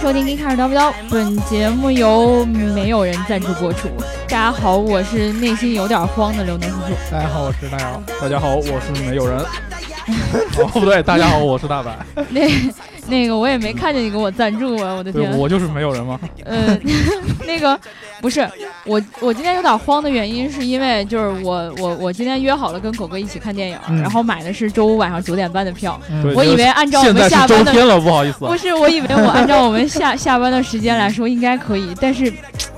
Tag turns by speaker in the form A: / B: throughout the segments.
A: 收听《一开始叨不叨》，本节目由没有人赞助播出。大家好，我是内心有点慌的刘能叔叔。
B: 大家好，我是 大姚。
C: 大家好，我是没有 人。哦，不对，大家好，我是大 白。
A: 那那个我也没看见你给我赞助啊，我的
C: 对
A: 天，！
C: 我就是没有人吗？
A: 呃， 那个不是我，我今天有点慌的原因是因为就是我我我今天约好了跟狗哥一起看电影，
B: 嗯
A: 然后买的是周五晚上九点半的票，
C: 对
A: 嗯我以为按照我们下班的
C: 了，不好意思啊
A: 不是，我以为我按照我们下 下班的时间来说应该可以，但是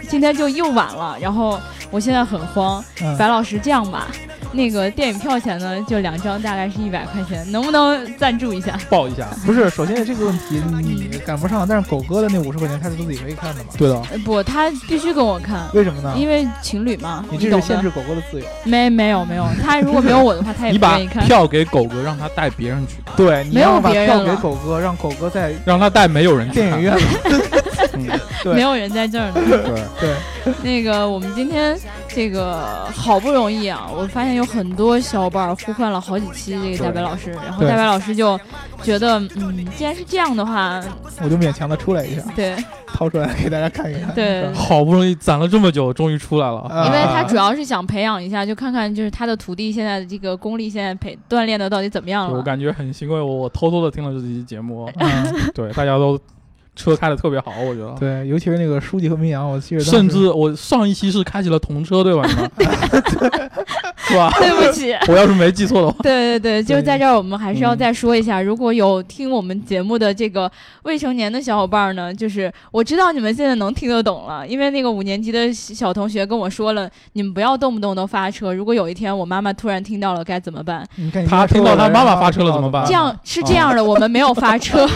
A: 今天就又晚了，然后我现在很慌。
B: 嗯
A: 白老师，这样吧，那个电影票钱呢，就两张，大概是一百块钱，能不能赞助一下？
C: 报一下。
B: 不是，首先这个问题你赶不上，但是狗哥的那五十块钱他是自己可以看的嘛？
C: 对的，
A: 呃不，他必须跟我看。
B: 为什么呢？
A: 因为情侣嘛，
B: 嗯你这
A: 懂
B: 是
A: 的
B: 限制狗狗的自由。
A: 没没有没有，他如果没有我的话，他也
C: 你
A: 不
C: 把
A: 愿意看。
C: 票给狗哥，让他带别人去看，
B: 对，你
A: 没有
B: 要把
A: 别人
B: 票给
A: 了
B: 狗哥，让狗哥在
C: 让他带没有人去
B: 电影
C: 看。
B: 院嘛。
C: 嗯
B: 对
A: 没有人在这儿呢。
C: 对，
B: 对，
A: 那个，我们今天这个好不容易啊，我发现有很多小伙伴儿呼唤了好几期这个大白老师，然后
B: 对
A: 大白老师就觉得，嗯，既然是这样的话，
B: 我就勉强的出来一下，
A: 对，
B: 掏出来给大家看一看。
A: 对
B: 是吧
C: 好不容易攒了这么久，终于出来了。
B: 啊
A: 因为他主要是想培养一下，就看看就是他的徒弟现在的这个功力现在培锻炼的到底怎么样
C: 啊对我
A: 了。
C: 感觉很欣慰，我我偷偷的听了这期节 目，
B: 嗯，
C: 对，大家都车开的特别好，我觉得。
B: 对，尤其是那个书记和民谣，我记得当时
C: 甚至我上一期是开启了童车，对吧？你 们是吧？
A: 对不起。
C: 我要是没记错的话，
A: 对对对，就是
B: 对
A: 在这儿，我们还是要
C: 嗯
A: 再说一下，如果有听我们节目的这个未成年的小伙伴儿呢，就是我知道你们现在能听得懂了，因为那个五年级的小同学跟我说了，你们不要动不动都发车，如果有一天我妈妈突然听到了该怎么办？
B: 你看你
C: 他
B: 刚才
C: 听到
B: 说
C: 他
B: 的
C: 妈妈
B: 然后
C: 发车了
B: 知道
C: 怎么办啊
A: 这样是这样的，我们没有发 车，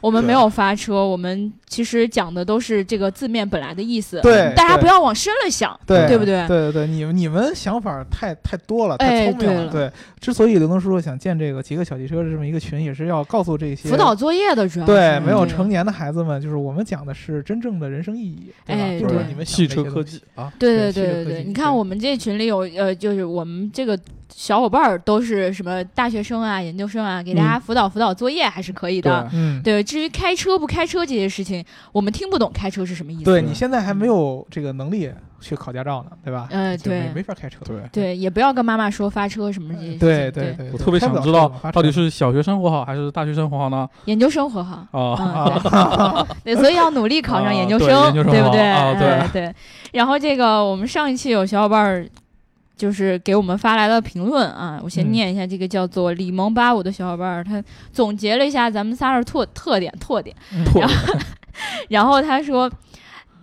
A: 我们没有发车，我们其实讲的都是这个字面本来的意思，
B: 对，
A: 大家
B: 对
A: 不要往深了想，
B: 对
A: 对不对？
B: 对对对，你们你们想法太太多了，
A: 哎
B: 太聪明
A: 对
B: 对，之所以刘能叔叔想建这个极客小汽车的这么一个群，也是要告诉这些
A: 辅导作业的主要
B: 对
A: 是
B: 没有
A: 这个
B: 成年的孩子们，就是我们讲的是真正的人生意义，对吧？
A: 哎
B: 并不
A: 对
B: 是你们想
C: 汽
B: 这
C: 车
B: 些
C: 科
B: 东西
C: 技啊，
A: 对对对
B: 对是
A: 对
B: 的
A: 对，
B: 对
A: 你看我们这群里有呃，就是我们这个小伙伴儿都是什么大学生啊、研究生啊，给大家辅导辅导作业还是可以的。
B: 嗯。
A: 对，至于开车不开车这些事情，我们听不懂开车是什么意思。
B: 对你现在还没有这个能力去考驾照呢，对吧？
A: 呃
B: 就没
A: 对
B: 没法开车。
C: 对
A: 对也不要跟妈妈说发车什么这些事情。
B: 对
A: 对，
B: 对，
C: 我特别
B: 开
C: 想
B: 不了
C: 知
B: 车
C: 道
B: 嘛发
C: 到底
B: 车
C: 是小学生活好还是大学生活好呢？
A: 研究生活哈。
C: 啊，
A: 嗯，对，对，所以要努力考上研究生，
C: 啊对研究生
A: 不对？
C: 啊对
A: 哎对。然后这个我们上一期有小伙伴儿就是给我们发来了评论啊，我先
B: 嗯
A: 念一下这个叫做李萌八五的小伙伴儿，他总结了一下咱们仨的特特点特点，
B: 嗯
C: 特
A: 然后他说，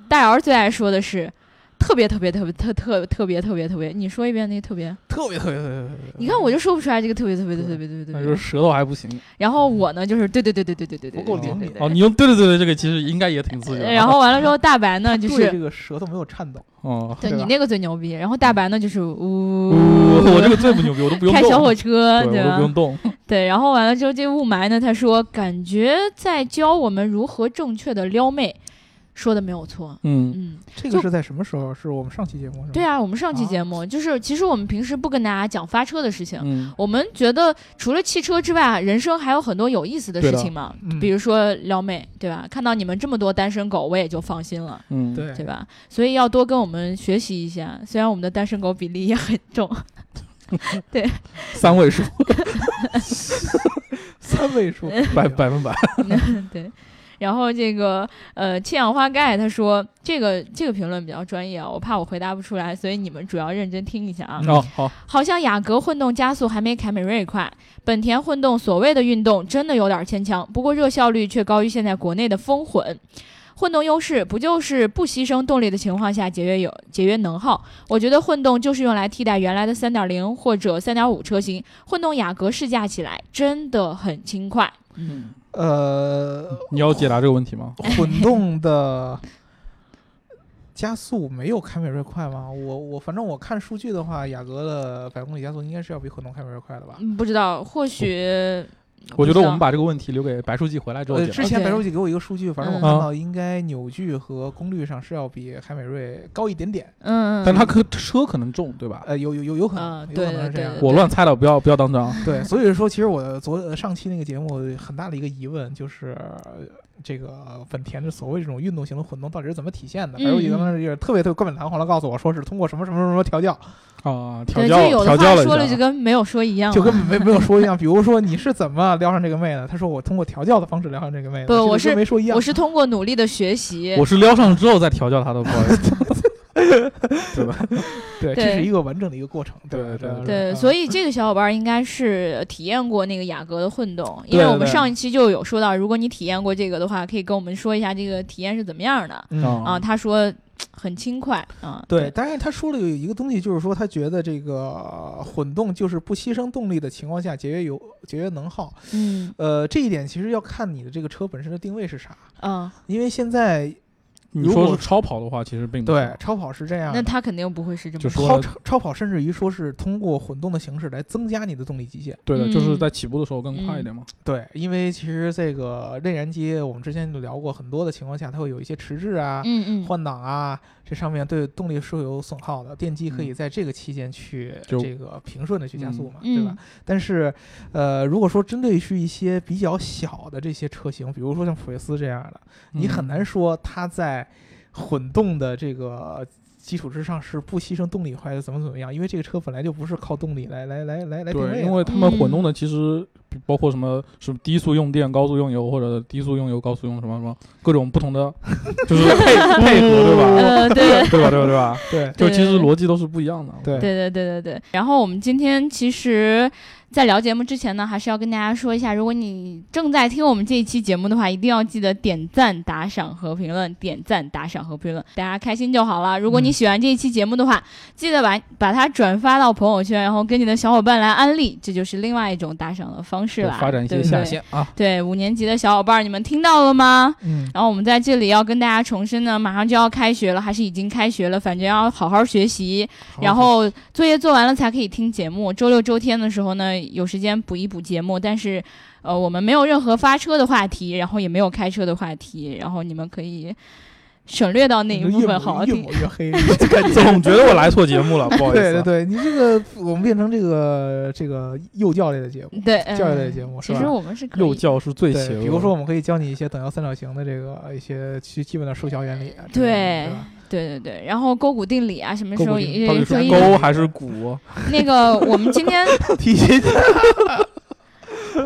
A: 大姚最爱说的是。特别特别特别特特特别特别特别，你说一遍那个特别，
B: 特别特别特别特别，
A: 你看我就说不出来这个特别特别特别特别特别特
C: 那就
A: 别。
C: 是舌头还不行
A: 然后我呢就是对对对对对对对对，
B: 不够
A: 对
B: 灵
A: 对
B: 敏
A: 对
C: 哦。你用对对对对，这个其实应该也挺刺激的。啊
A: 然后完了之后，大白呢就
B: 对
A: 是
B: 这个舌头没有颤抖。
C: 哦，
A: 对
B: 对
A: 你
B: 吧
A: 那个最牛逼，然后大白呢就是呜，
C: 我我这个最不牛逼，我都不用
A: 开
C: 动，
A: 小火车，
C: 对，我都不
A: 吧
C: 用？动。
A: 对，然后完了之后，这雾霾呢，他说感觉在教我们如何正确的撩妹，说的没有错。
C: 嗯，
A: 嗯，
B: 这
A: 就
B: 个是在什么时候？是我们上期节目是吗？
A: 对啊，我们上期
B: 啊
A: 节目、就是，其实我们平时不跟大家讲发车的事情，
C: 嗯，
A: 我们觉得除了汽车之外，啊人生还有很多有意思的
C: 对
A: 事
C: 的
A: 情嘛，
B: 嗯
A: 比如说撩妹，对吧？看到你们这么多单身狗，我也就放心了，
C: 嗯，
B: 对
A: 对吧？所以要多跟我们学习一下，虽然我们的单身狗比例也很重，
C: 三位数，
B: 三位数
C: 百百分百。
A: 对，然后这个呃，氢氧化钙他说这个这个评论比较专业啊，我怕我回答不出来，所以你们主要认真听一下啊。
C: 哦，好，
A: 好像雅阁混动加速还没凯美瑞快，本田混动所谓的运动真的有点牵强，不过热效率却高于现在国内的风混。混动优势不就是不牺牲动力的情况下节约有节约能耗？我觉得混动就是用来替代原来的3.0或者3.5车型，混动雅阁试驾起来真的很轻快。
C: 嗯，
B: 呃，
C: 你要解答这个问题吗？
B: 混动的加速没有凯美瑞快吗？我我反正我看数据的话，雅阁的百公里加速应该是要比混动凯美瑞快的吧？
A: 嗯，不知道，或许不
C: 我觉得
A: 知
C: 我
A: 道
C: 们把这个问题留给白书记回来之后
B: 呃，
C: 解答。
B: 之前
A: OK
B: 白书记给我一个数据，反正我
A: 嗯
B: 看到应该扭矩和功率上是要比凯美瑞高一点点，
A: 嗯，嗯
C: 但他可车可能重，对吧？
B: 呃，有有有有可能，
A: 嗯
B: 有可能是
A: 对
B: 这样
A: 对。
C: 我乱猜的，不要不要 当真啊。
B: 对，所以说，其实我昨上期那个节目很大的一个疑问就是，这个本田的所谓这种运动型的混动到底是怎么体现的？
A: 嗯
B: 而我记得当时也特别特别冠冕堂皇的告诉我说是通过什么什么什么调教，
C: 啊，调
A: 对，
C: 教
A: 就有
C: 调
A: 的
C: 教
A: 话
C: 了
A: 说了
C: 一下
A: 就跟没有说一样
B: 就
A: 嘛。
B: 根本没没有说一样。比如说你是怎么撩上这个妹的？他说我通过调教的方式撩上这个妹的，
A: 不
B: 这个
A: 我
B: 跟
A: 是
B: 没说一样。
A: 我是通过努力的学习，
C: 我是撩上之后再调教他的，不好 意思。
B: 对，
A: 对
B: 这是一个完整的一个过程，
C: 对
B: 吧
C: 对
B: 对嗯
A: 对，所以这个小伙伴应该是体验过那个雅阁的混动，因
C: 对
A: 为
C: 对
A: 我们
C: 对
A: 上一期就有说到，如果你体验过这个的话，可以跟我们说一下这个体验是怎么样的
B: 以
C: 啊
A: 啊？他说嘖很轻快啊，
B: 嗯对，，但是他说了有一个东西，就是说他觉得这个呃混动就是不牺牲动力的情况下节约油、节约能耗。
A: 嗯
B: 呃，这一点其实要看你的这个车本身的定位是啥，
A: 嗯，
B: 因为现在
C: 你
B: 如
C: 说
B: 果
C: 是超跑的话，其实并不
B: 对
C: 是
B: 超跑是这样
A: 那
B: 的，
A: 他肯定不会是这么
C: 就是
B: 超
C: 说
B: 超跑甚至于说是通过混动的形式来增加你的动力极限。
C: 对的，就是
A: 嗯
C: 在起步的时候更快一点嘛。
B: 对，因为其实这个内燃机我们之前就聊过，很多的情况下它会有一些迟滞啊。
A: 嗯嗯，
B: 换挡啊，这上面对动力是有损耗的。电机可以在这个期间去
C: 嗯就
B: 这个平顺的去加速嘛，
A: 嗯
B: 对吧？但是，呃，如果说针对是一些比较小的这些车型，比如说像普锐斯这样的，
A: 嗯
B: 你
C: 嗯
B: 很难说它在混动的这个基础之上是不牺牲动力或者怎么怎么样，因为这个车本来就不是靠动力来来来来来定位
C: 对，
B: 的。
C: 因为他们
A: 嗯
C: 混动的其实比包括什么什么低速用电、高速用油，或者低速用油、高速用什么什么各种不同 的，就是配配合，对吧？
A: 呃， 对。
C: 对吧？对吧？对 吧？
B: 对
C: 就
A: 对
C: 其实逻辑都是不一样的。
B: 嗯 对
A: 对对对对对。然后我们今天其实，在聊节目之前呢，还是要跟大家说一下，如果你正在听我们这一期节目的话，一定要记得点赞、打赏和评论，点赞、打赏和评论，大家开心就好了。如果你
B: 嗯
A: 喜欢这一期节目的话，记得把把它转发到朋友圈，然后跟你的小伙伴来安利，这就是另外一种打赏的方式
C: 对
A: 啦。
C: 发展一
A: 对
C: 些
A: 不
C: 下
A: 对
C: 线啊，
A: 对五年级的小伙伴，你们听到了吗？
B: 嗯，
A: 然后我们在这里要跟大家重申呢，马上就要开学了，还是已经开学了，反正要好好学习，然后作业做完了才可以听节目。周六周天的时候呢，有时间补一补节目，但是呃，我们没有任何发车的话题，然后也没有开车的话题，然后你们可以省略到那一
B: 你
A: 部
B: 就越
A: 分，
B: 抹
A: 好好
B: 越
A: 听
B: 抹。越黑。
C: 总觉得我来错节目了，不好意思
B: 对
C: 啊。
B: 对对，你这个我们变成这个这个幼教类的节目。
A: 对，嗯
B: 教育类节目是
A: 其
B: 吧
A: 实我们是可
C: 幼
A: 以。
C: 教是最邪恶
B: 对，
C: 的。
B: 比如说我们可以教你一些等腰三角形的这个一些基基本的数学原理啊之类的，
A: 对
B: 对吧
A: 对对对，然后勾股定理啊，什么时候
B: 勾股定理
A: 也
C: 到底
A: 也可
C: 是
A: 以。
C: 勾还是股？
A: 那个，我们今天
B: 提前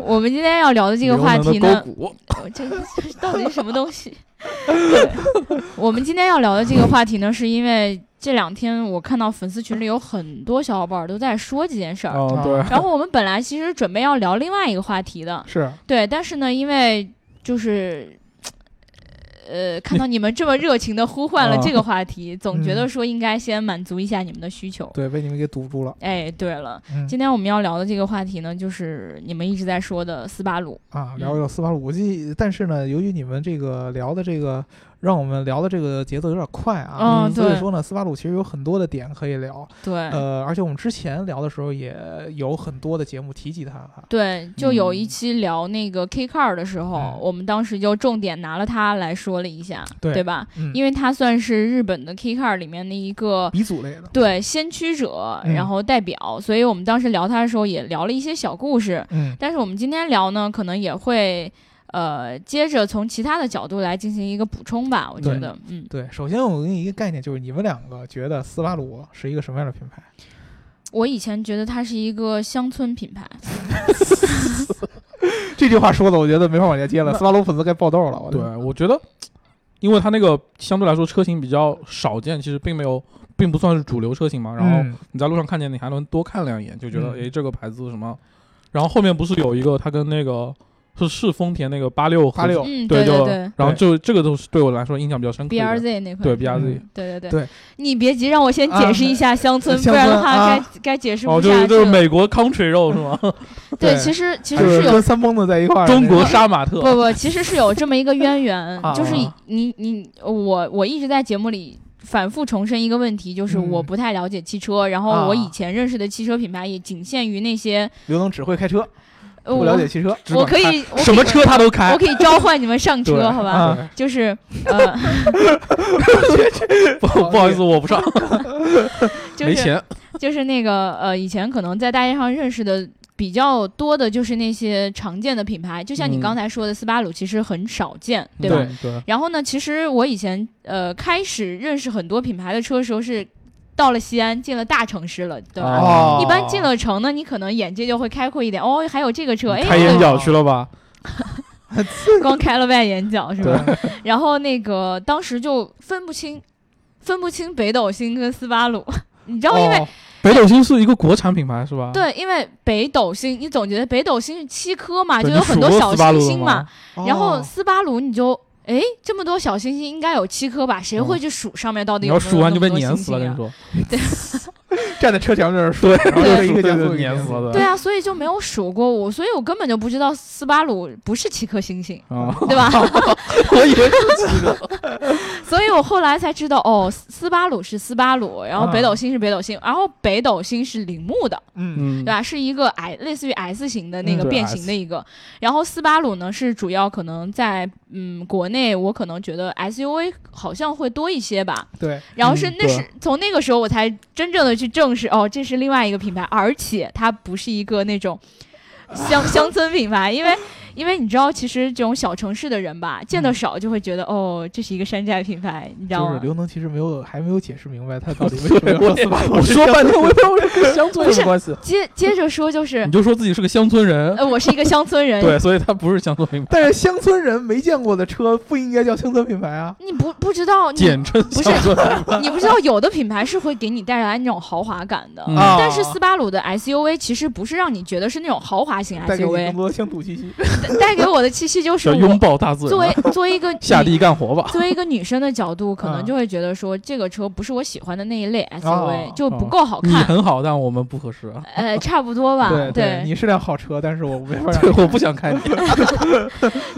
A: 我们今天要聊的这个话题
C: 刘能
A: 呢
C: 的，勾股，
A: 我这这到底是什么东西？ 对我们今天要聊的这个话题呢，是因为这两天我看到粉丝群里有很多小伙伴儿都在说这件事儿。
B: 啊
C: 哦，对，
A: 然后我们本来其实准备要聊另外一个话题的，
B: 是
A: 对，但是呢，因为就是。呃，看到你们这么热情的呼唤了这
B: 哦
A: 个话题，总觉得说应该先满足一下你们的需求。
B: 嗯对被你们给堵住了。
A: 哎，对了，
B: 嗯
A: 今天我们要聊的这个话题呢，就是你们一直在说的斯巴鲁。
B: 啊，聊一聊斯巴鲁，我记，但是呢，由于你们这个聊的这个，让我们聊的这个节奏有点快啊，
A: 嗯
B: 所以
A: 对哎
B: 说呢，斯巴鲁其实有很多的点可以聊，
A: 对，
B: 呃，而且我们之前聊的时候也有很多的节目提及它哈，
A: 对，就有一
C: 嗯
A: 期聊那个 K Car 的时候，
B: 嗯
A: 我们当时就重点拿了它来说了一下，
B: 对
A: 吧？
B: 嗯，
A: 因为它算是日本的 K Car 里面的一个。
B: 鼻祖类的，
A: 对先驱者，
B: 嗯
A: 然后代表，所以我们当时聊它的时候也聊了一些小故事，
B: 嗯，
A: 但是我们今天聊呢，可能也会呃接着从其他的角度来进行一个补充吧，我觉
B: 对
A: 得，嗯，
B: 对，首先我给你一个概念，就是你们两个觉得斯巴鲁是一个什么样的品牌？
A: 我以前觉得它是一个乡村品牌，
B: 哦这句话说的，我觉得没法往下接
A: 嗯
B: 了，斯巴鲁粉丝该爆豆了，我觉
C: 对
B: 得，
C: 我觉得，因为它那个相对来说车型比较少见，其实并没有，并不算是主流车型嘛。然后
B: 嗯
C: 你在路上看见，你还能多看两眼，就觉得
B: 嗯
C: 诶，这个牌子什么。然后后面不是有一个它跟那个是是丰田那个八六
B: 八六
A: 嗯，
C: 对
A: 对
C: 就
A: 对
C: 然后就这个都是对我来说印象比较深刻
A: ，B R
C: 的。
A: Z 那款，
C: 对 BRZ，
A: 嗯对对对
B: 对啊
A: 你别急，让我先解释一下乡村，
B: 乡
A: 不
B: 村
A: 然的话该、
B: 啊
A: 该解释
C: 哦，
A: 不
C: 就
A: 下
C: 是
A: 去
C: 就是
A: 了。
C: 美国 country road 是吗？
A: 对，
B: 对
A: 其实其
B: 就
A: 实
B: 是
A: 是有
B: 跟三蹦子在一块儿的 那
C: 中
B: 种，
C: 国杀马
A: 不
C: 特。
A: 不，其实是有这么一个渊源，
B: 啊
A: 就是你你我我一直在节目里。反复重申一个问题，就是
B: 嗯
A: 我不太了解汽车，然后我
B: 啊
A: 以前认识的汽车品牌也仅限于那些，
B: 刘能只会开车，
A: 呃
B: 不
A: 我
B: 了解汽车。
C: 只
A: 我
C: 管
A: 可
C: 开
A: 以，我可
C: 什
A: 以
C: 么车他都开
A: 我。可以召唤你们上
C: 对
A: 车，好吧？
B: 啊
C: 对
A: 就是呃，
C: 不不好意思，我不上，
A: 就
C: 没
A: 是
C: 钱。
A: 就是那个呃，以前可能在大街上认识的比较多的就是那些常见的品牌，就像你
C: 嗯
A: 刚才说的，斯巴鲁其实很少见，对吧？
C: 对对，
A: 然后呢，其实我以前呃开始认识很多品牌的车的时候是。到了西安，进了大城市了，对吧？
B: 哦
A: 一般进了城呢，你可能眼界就会开阔一点。哦，还有这个车，哎，
C: 嗯开眼角去了吧？
A: 光开了外眼角是
B: 对
A: 吧？然后那个当时就分不清，分不清北斗星跟斯巴鲁。 你知道，因为、
B: 哦
C: 北斗星是一个国产品牌是吧？
A: 对，因为北斗星，你总觉得北斗星是七颗啊嘛，就
C: 对，
A: 有
C: 你
A: 很
C: 数
A: 多
C: 过
A: 小
C: 斯巴
A: 星
C: 鲁了
A: 星嘛
C: 吗。。
A: 然后
B: 哦
A: 斯巴鲁，你就哎，这么多小星星，应该有七颗吧？谁会去数上面到底
C: 哦你
A: 有
C: 要
A: 没有
C: 数完就被
A: 那么多
C: 碾
A: 星
C: 死了，
A: 星
C: 跟
A: 啊
C: 你说，
B: 站在车前面儿说，然后
A: 对
B: 一个
C: 就
B: 加速
C: 被
B: 一个
C: 碾
B: 加
C: 死
B: 速
C: 了。
A: 对啊，所以就没有数过我，所以我根本就不知道斯巴鲁不是七颗星 星，
C: 啊，
A: 对吧？
B: 我以为是七个。
A: 所以我后来才知道，哦，斯斯巴鲁是斯巴鲁，然后
C: 啊
A: 北斗星是北斗星，然后北斗星是铃木的，
B: 嗯，
C: 嗯
A: 对，啊吧？是一个 I 类似于 S 型的那
B: 嗯
A: 个
C: 对
A: 变形的一个。然后斯巴鲁呢是主要可能在嗯国内，我可能觉得 SUV 好像会多一些吧。
B: 对，
A: 然后是
C: 嗯
A: 那是、
C: 对
A: 从那个时候我才真正的去正视，哦，这是另外一个品牌，而且它不是一个那种乡乡村品牌，因为。因为你知道，其实这种小城市的人吧，见
C: 嗯
A: 得少就会觉得、哦，这是一个山寨品牌，你知道
B: 就
A: 吗
B: 是？刘能其实没有还没有解释明白他到底为什么要 说 斯巴鲁。
C: 我说半天，我也不知道 我跟乡村有什么关系。
A: 接接着说就是
C: 你，就说自己是个乡村人，
A: 呃，我是一个乡村人，
C: 嗯对，所以他不是乡村品牌，
B: 但是乡村人没见过的车不应该叫乡村品牌啊。
A: 你不不知道，你
C: 简称
A: 是
C: 乡村。
A: 你不知道有的品牌是会给你带来那种豪华感的，
C: 嗯
B: 啊
A: 但是斯巴鲁的 SUV 其实不是让你觉得是那种豪华型
B: 带给你更
A: SUV，
B: 多的乡土 气息。
A: 带给我的气息就是
C: 要拥
A: 我
C: 抱大自
A: 作
C: 然
A: 为，作为一个
C: 下
A: 女
C: 地干活 吧。
A: 作为一个女生的角度，可能
B: 嗯
A: 就会觉得说这个车不是我喜欢的那一类 SUV，、
B: 哦
A: 就不够好
C: 你
A: 看。
C: 很好，但我们不合适啊。
A: 呃，差不多吧，
B: 对
A: 对
B: 你是辆好车，但是我没法 让
C: 对，
B: 你
C: 我不想开你。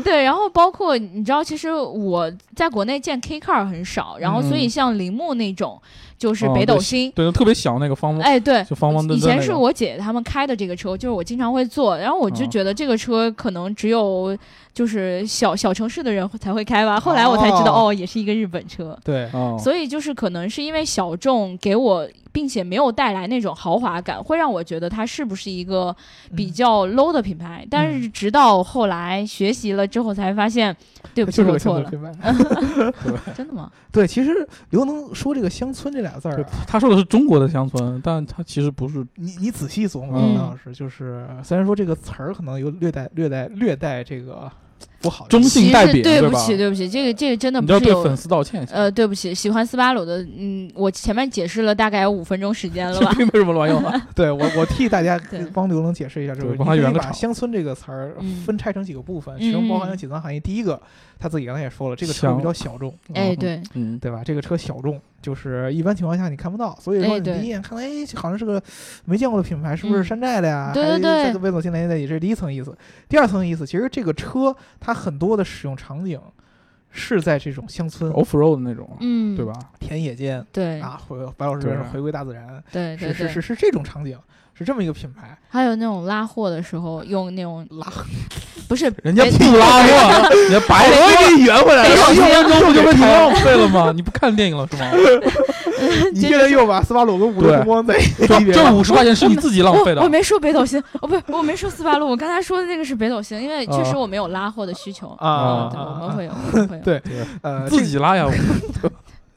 A: 对然后包括你知道，其实我在国内见 K car 很少，然后所以
C: 嗯
A: 像铃木那种，就是
C: 哦
A: 北斗
C: 对
A: 星，
C: 对，特别小那个方方，
A: 哎，对，
C: 就方方正
A: 以
C: 正那
A: 前
C: 个。
A: 是我姐姐他们开的这个车，就是我经常会坐，然后我就
C: 哦
A: 觉得这个车可能只有就是小小城市的人才会开吧。后来我才知道，
B: 哦
A: 哦，也是一个日本车。
B: 对
C: 哦，
A: 所以就是可能是因为小众给我，并且没有带来那种豪华感，会让我觉得它是不是一个
C: 嗯
A: 比较 low 的品牌。但是直到后来学习了之后，才发现，对不起，
B: 就是
A: 我
B: 个乡
A: 错
B: 村
A: 了，
B: 品牌。
A: 真的吗？
B: 对，其实刘能说这个“乡村”这俩字儿
C: 对
B: 啊，
C: 他说的是中国的乡村，但他其实不是。
B: 你你仔细琢
A: 嗯
B: 磨，刘能老师就是，虽然说这个词儿可能有略带略带略带这个不好的
C: 中
B: 意
C: 性
A: 其
C: 代
A: 实
C: 表
A: 对
C: 对
A: 不
C: 吧
A: 起，对不起，这个这个真的
C: 你
A: 不
C: 要
A: 是
C: 对
A: 有
C: 粉丝道 歉一下，
A: 呃，对不起，喜欢斯巴鲁的，嗯，我前面解释了大概有五分钟时间了
C: 这
A: 吧？
C: 并没什么卵用啊。
B: 思。对我我替大家
A: 对
B: 帮刘能解释一下，就是
C: 对
B: 你
C: 帮他
B: 可以
C: 圆个
B: 把“
C: 场
B: 乡村”这个词儿
A: 嗯
B: 分拆成几个部分，其中包含有
A: 嗯
B: 几层含义。第一个，他自己刚才也说了，这个车
C: 乡
B: 比较小众。
A: 哎，
C: 嗯，
A: 对，
C: 嗯，
B: 对吧？这个车小众，就是一般情况下你看不到，所以
A: 哎
B: 说你
A: 对
B: 第一眼看到，哎，这好像是个没见过的品牌，是
A: 嗯
B: 不是山寨的呀？
A: 对对
B: 还是
A: 对
B: 在跟魏总进联系的，也这是第一层意思。第二层意思，其实这个车它很多的使用场景是在这种乡村、
C: off road 那种，
A: 嗯，
C: 对？吧？
B: 田野间
A: 对
B: 啊，回白老师
C: 对
B: 说回归大自然，
A: 对对
B: 是是
A: 对，
B: 是是这种场景，是这么一个 品牌。
A: 还有那种拉货的时候用那种拉，不是
C: 人家
A: 别
C: 不拉货，人家白哎
A: 我以
C: 给你圆回来
A: 了
C: 用完之后 就被你浪费了吗？你不看电影了是吗？
B: 你现在又把斯巴鲁跟五菱
C: 对
B: 宏光在一
C: 这
B: 起比
C: 这
B: 了，
C: 五十块钱是你自己浪费 的啊
A: 我我。没说北斗星，哦，不是，我没说斯巴鲁，我刚才说的那个是北斗星，因为确实我没有拉货的需求
B: 啊
A: 对
B: 啊
A: 我
B: 啊
A: 们会有，我们会有，
B: 对
C: 对
B: 呃，
C: 哎自己拉呀，
B: 这个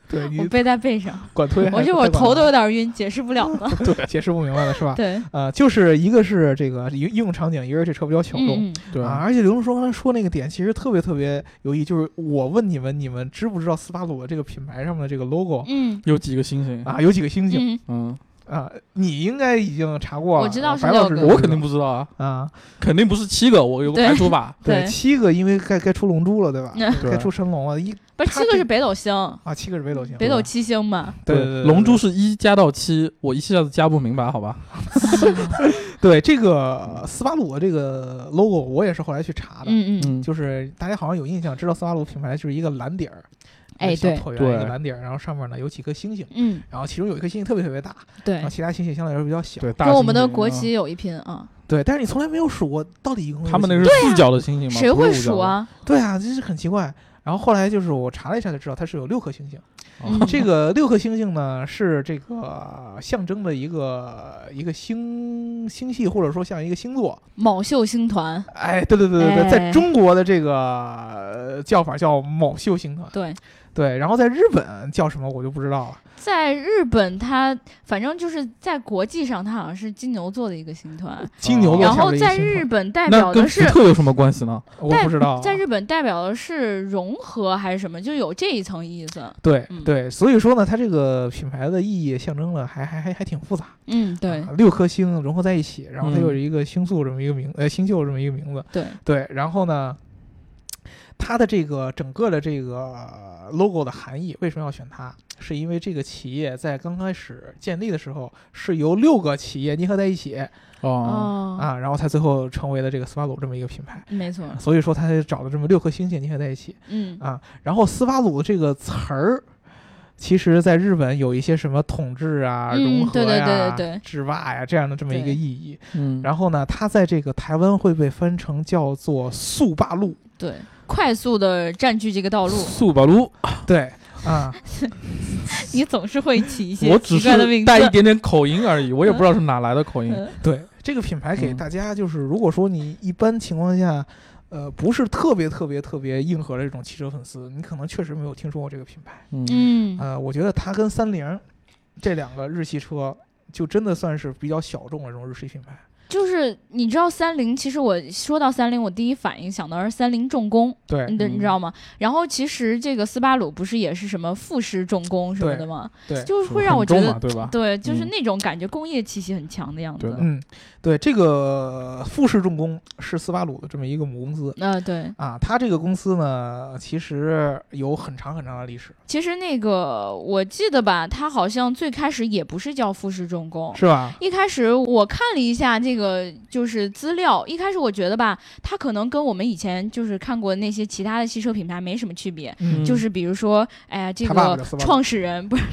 B: 对
A: 我
B: 你
A: 背在背上，
B: 管推还，
A: 我这
B: 还
A: 我
B: 管啊
A: 头 都有点晕，解释不了了。
B: 解释不明白了是吧？
A: 对，
B: 呃，就是一个是这个应应用场景，一个是这车比较小众。
A: 嗯嗯，
C: 对
B: 啊，而且刘能说刚才说那个点，其实特别特别有意义，就是我问你们，你们知不知道斯巴鲁的这个品牌上面的这个 logo、
A: 嗯
C: 有几个星星？
B: 啊，有几个星星、
A: 嗯，
C: 嗯，
B: 啊？你应该已经查过了，啊
A: 我知道是
B: 白老师
A: 六个
B: 知道
C: 我肯定不知道啊，
B: 啊，
C: 肯定不是七个，我有个
A: 嗯对
C: 排除 法。
A: 对嗯
B: 七个因为该该出龙珠了，对吧？
A: 那
C: 对
B: 该出神龙了，一
A: 不是
B: 他
A: 七个
B: 这
A: 是北斗星，
B: 啊，七个是北斗星，
A: 北斗
B: 对吧
A: 七星嘛？
B: 对对对对
C: 龙珠是一加到七，我一下子加不明白，好吧？
B: 对这个斯巴鲁的这个 logo，我也是后来去查的。
A: 嗯嗯，
C: 嗯，
B: 就是大家好像有印象，知道斯巴鲁品牌就是一个蓝底儿，
A: 哎
B: 小
A: 对，
B: 椭圆
C: 对
B: 一个蓝底儿，然后上面呢有几颗星星，
A: 嗯
B: 然后其中有一颗星星特别特别大，
A: 对
B: 然后，其他星星相对来说比较小。
C: 啊对，大
A: 跟我
C: 猩
A: 们的
C: 猩
A: 国
C: 啊
A: 旗有一拼啊，
B: 对，但是你从来没有数过到底一共有
C: 他们那
B: 几
C: 是四角的星星吗？
A: 谁
C: 不是
A: 会
C: 五角
A: 数
C: 的？
A: 啊？
B: 对啊，这是很奇怪。然后后来就是我查了一下就知道它是有六颗星星，
A: 嗯
B: 这个六颗星星呢，是这个象征的一个一个星星系，或者说像一个星座。
A: 某秀星团，
B: 哎，对对对对对，在
A: 哎
B: 中国的这个呃叫法叫某秀星团，
A: 对，
B: 对，然后在日本叫什么我就不知道了。
A: 在日本它反正就是在国际上，它好像是金牛座的一个星团，
B: 金牛座
A: 哦然
B: 下
A: 后
B: 面一
A: 在
B: 星
A: 日
B: 团
A: 本代
C: 那
A: 表的
C: 跟福
A: 是。
C: 特啊有什么关系呢？
B: 我不知道，啊
A: 在日本代表的是融合还是什么，就有这一层意思。
B: 对
A: 嗯
B: 对，所以说呢，它这个品牌的意义象征了还还还还挺复杂。
A: 嗯，对
B: 啊六颗星融合在一起，然后它
C: 嗯
B: 有一个星宿这么一个名，呃，星宿这么一个名字。
A: 对，
B: 对，然后呢，它的这个整个的这个呃 logo 的含义，为什么要选它？是因为这个企业在刚开始建立的时候，是由六个企业捏合在一起
C: 哦，
A: 哦，
B: 啊，然后才最后成为了这个斯巴鲁这么一个品牌。
A: 没错，
B: 所以说，它才找了这么六颗星星捏合在一起。
A: 嗯，
B: 啊，然后斯巴鲁这个词儿，其实在日本有一些什么统治啊、
A: 嗯
B: 融合
A: 对对
B: 呀、
A: 对对对
B: 制霸呀这样的这么一个
A: 对
B: 意义。
C: 嗯，
B: 然后呢，它在这个台湾会被翻成叫做速霸路，
A: 对，快速的占据这个 道路，
C: 速巴鲁，
B: 对啊，
A: 你总是会起一些
C: 我只
A: 奇怪的
C: 是
A: 名
C: 带一
A: 字。
C: 点点口音而已，我也不知道是哪来的口音。
A: 嗯
B: 对这个品牌给
C: 嗯
B: 大家就是，如果说你一般情况下。呃，不是特别特别特别硬核的这种汽车粉丝，你可能确实没有听说过这个品牌。
C: 嗯
A: 嗯，
B: 呃，我觉得它跟三菱这两个日系车，就真的算是比较小众的这种日系品牌。
A: 就是你知道三菱，其实我说到三菱，我第一反应想到是三菱重工，
B: 对，
A: 你的
C: 嗯
A: 你知道吗？然后其实这个斯巴鲁不是也是什么富士重工什么
B: 对
A: 的吗？
B: 对
A: 就是嗯会让我觉
C: 很重嘛
A: 得，
C: 对吧？
A: 对，就是
C: 嗯
A: 那种感觉工业气息很强的样
C: 对的
A: 子。
B: 嗯，对，这个富士重工是斯巴鲁的这么一个母公司
A: 嗯，对，
B: 啊，它这个公司呢，其实有很长很长的历史，
A: 其实那个我记得吧，它好像最开始也不是叫富士重工。
B: 是吧？
A: 一开始我看了一下这个就是资料，一开始我觉得吧，它可能跟我们以前就是看过那些其他的汽车品牌没什么区别，
B: 嗯
A: 就，是比如说，哎呀，这
B: 他爸爸
A: 个
B: 叫斯巴鲁
A: 创始人不是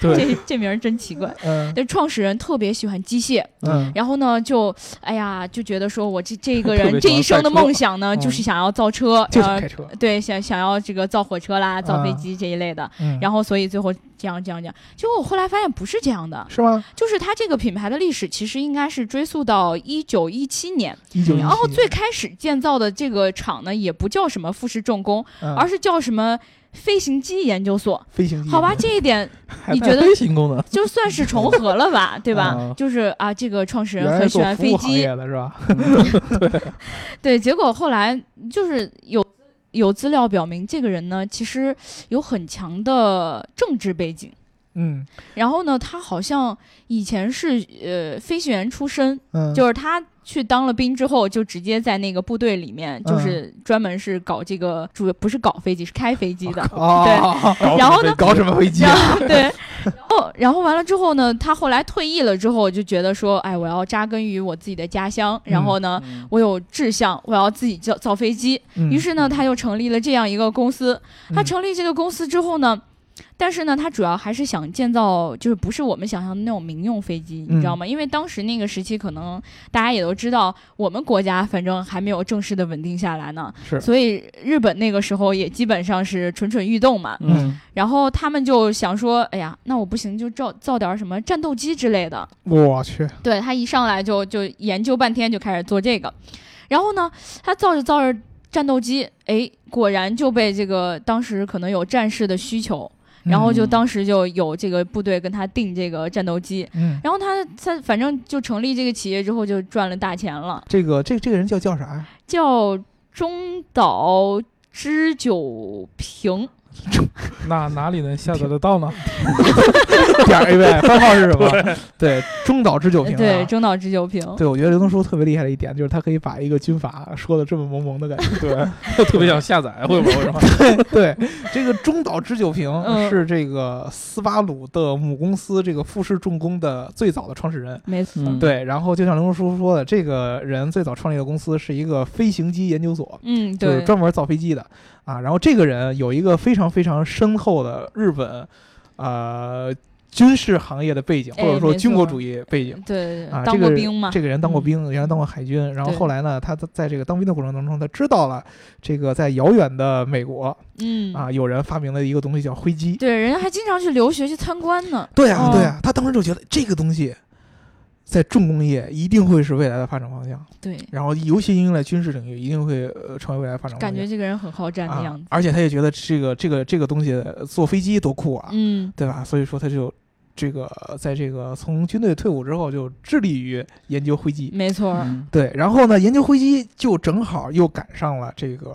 C: 对，
A: 这这名儿真奇怪，
B: 呃 嗯
A: 这创始人特别喜欢机械，
B: 嗯，
A: 然后呢，就哎呀，就觉得说我这这个
C: 特
A: 人
C: 别
A: 这
C: 喜欢
A: 一生的
C: 赛车
A: 梦想呢，
B: 嗯
A: 就是想要造车，
B: 就想
A: 呃
B: 开，车，
A: 对，想想要这个造火车啦，造飞
B: 啊
A: 机这一类的，
B: 嗯，
A: 然后所以最后这样这样这样，结果我后来发现不是这样的，
B: 是吗？
A: 就是它这个品牌的历史其实应该是追溯到一九一七年，
B: 一九一
A: 然后最开始建造的这个厂呢，也不叫什么富士重工，而
B: 而
A: 是叫什么飞行机研究所。
B: 嗯飞行 器，
A: 好吧，，这一点
C: 还
A: 你
C: 带
A: 觉得
C: 飞行功能？
A: 就算是重合了吧，对吧
C: 啊？
A: 就是啊，这个创始
B: 原
A: 人
B: 来
A: 很喜
B: 是做
A: 欢
B: 服务
A: 飞
B: 行
A: 机
B: 业，的是吧？
A: 对，结果后来就是有。有资料表明，这个人呢，其实有很强的政治背景。
B: 嗯
A: 然后呢，他好像以前是呃飞行员出身，
B: 嗯，
A: 就是他去当了兵之后，就直接在那个部队里面，
B: 嗯
A: 就是专门是搞这个主不是搞飞机，是开飞机的。
B: 哦，
A: 然后呢
B: 搞什么飞机啊？
A: 然 后对，然后然后完了之后呢，他后来退役了之后，就觉得说，哎，我要扎根于我自己的家乡，然后呢，
C: 嗯
A: 我有志向，我要自己造造飞机。
B: 嗯
A: 于是呢，他就成立了这样一个公司。他
B: 嗯
A: 成立这个公司之后呢，但是呢，他主要还是想建造，就是不是我们想象的那种民用飞
B: 嗯
A: 机，你知道吗？因为当时那个时期，可能大家也都知道，我们国家反正还没有正式的稳定下来呢，
B: 是
A: 所以日本那个时候也基本上是蠢蠢欲动嘛。
C: 嗯，
A: 然后他们就想说，哎呀，那我不行，就造造点儿什么战斗机之类的。
B: 我去，
A: 对他一上来就就研究半天，就开始做这个。然后呢，他造着造着战斗机，哎，果然就被这个当时可能有战士的需求，然后就
C: 嗯
A: 当时就有这个部队跟他订这个战斗机。
B: 嗯，
A: 然后他他反正就成立这个企业之后就赚了大钱了，
B: 这个这这个人叫叫啥呀？
A: 叫中岛知久平。
C: 那哪里能下载得到 呢？
B: 点 A 呗，番号是什 么？对，中岛之久平啊。
A: 对，中岛知久平。
B: 对，我觉得刘东叔特别厉害的一点就是他可以把一个军阀说的这么萌萌的感觉。
C: 对，特别想下载，会不会？会不会
B: 对，这个中岛之久平
A: 嗯
B: 是这个斯巴鲁的母公司这个富士重工的最早的创始人。
A: 没错。
C: 嗯
B: 对，然后就像刘东叔说的，这个人最早创立的公司是一个飞行机研究所，
A: 嗯，
B: 就
A: 对
B: 是，专门造飞机的啊。然后这个人有一个非常非常深厚的日本，呃。军事行业的背景，或
A: 哎
B: 者说
A: 没错
B: 军国主义背景。
A: 对，
B: 啊，
A: 当过兵嘛，嗯
B: 这个人这个人当过兵，原来当过海军，然后
A: 对
B: 后来呢，他在在这个当兵的过程当中，他知道了这个在遥远的美国
A: 嗯，
B: 啊，有人发明了一个东西叫灰机。
A: 对，人家还经常去留学去参观呢。
B: 对
A: 哦
B: 啊，对啊，他当时就觉得这个东西在重工业一定会是未来的发展方向，
A: 对，
B: 然后尤其应用在军事领域，一定会呃成为未来发展方向。
A: 感觉这个人很好战的样
B: 啊
A: 子。。
B: 而且他也觉得这个这个这个东西呃坐飞机多酷啊，
A: 嗯，
B: 对吧？所以说他就这个在这个从军队退伍之后，就致力于研究灰机。
A: 没错儿，
C: 嗯
B: 对，然后呢，研究灰机就正好又赶上了这个、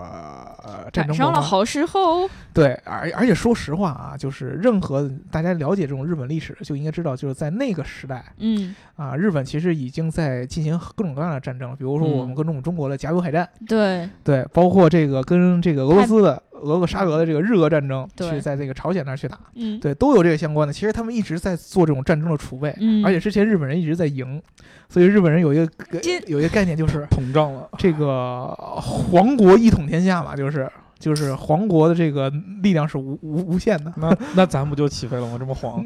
B: 呃、
A: 赶
B: 战争
A: 上
B: 爆
A: 了
B: 发
A: 好时候。
B: 对，而而且说实话啊，就是任何大家了解这种日本历史，就应该知道，就是在那个时代
A: 嗯，
B: 啊，日本其实已经在进行各种各样的战争了，比如说我们
C: 嗯
B: 跟我们中国的甲午海战，
A: 对，
B: 对，包括这个跟这个俄罗斯的俄俄沙俄的这个日俄战争，
A: 对
B: 去在这个朝鲜那儿去打，
A: 嗯，
B: 对，都有这个相关的。其实他们一直在做这种战争的储备，
A: 嗯
B: 而且之前日本人一直在赢，所以日本人有一个
A: 金
B: 有一个概念就是
C: 膨胀了，
B: 这个皇国一统天下嘛，就是就是皇国的这个力量是无无无限的。嗯
C: 那那咱不就起飞了吗？这么
A: 嗯
C: 黄，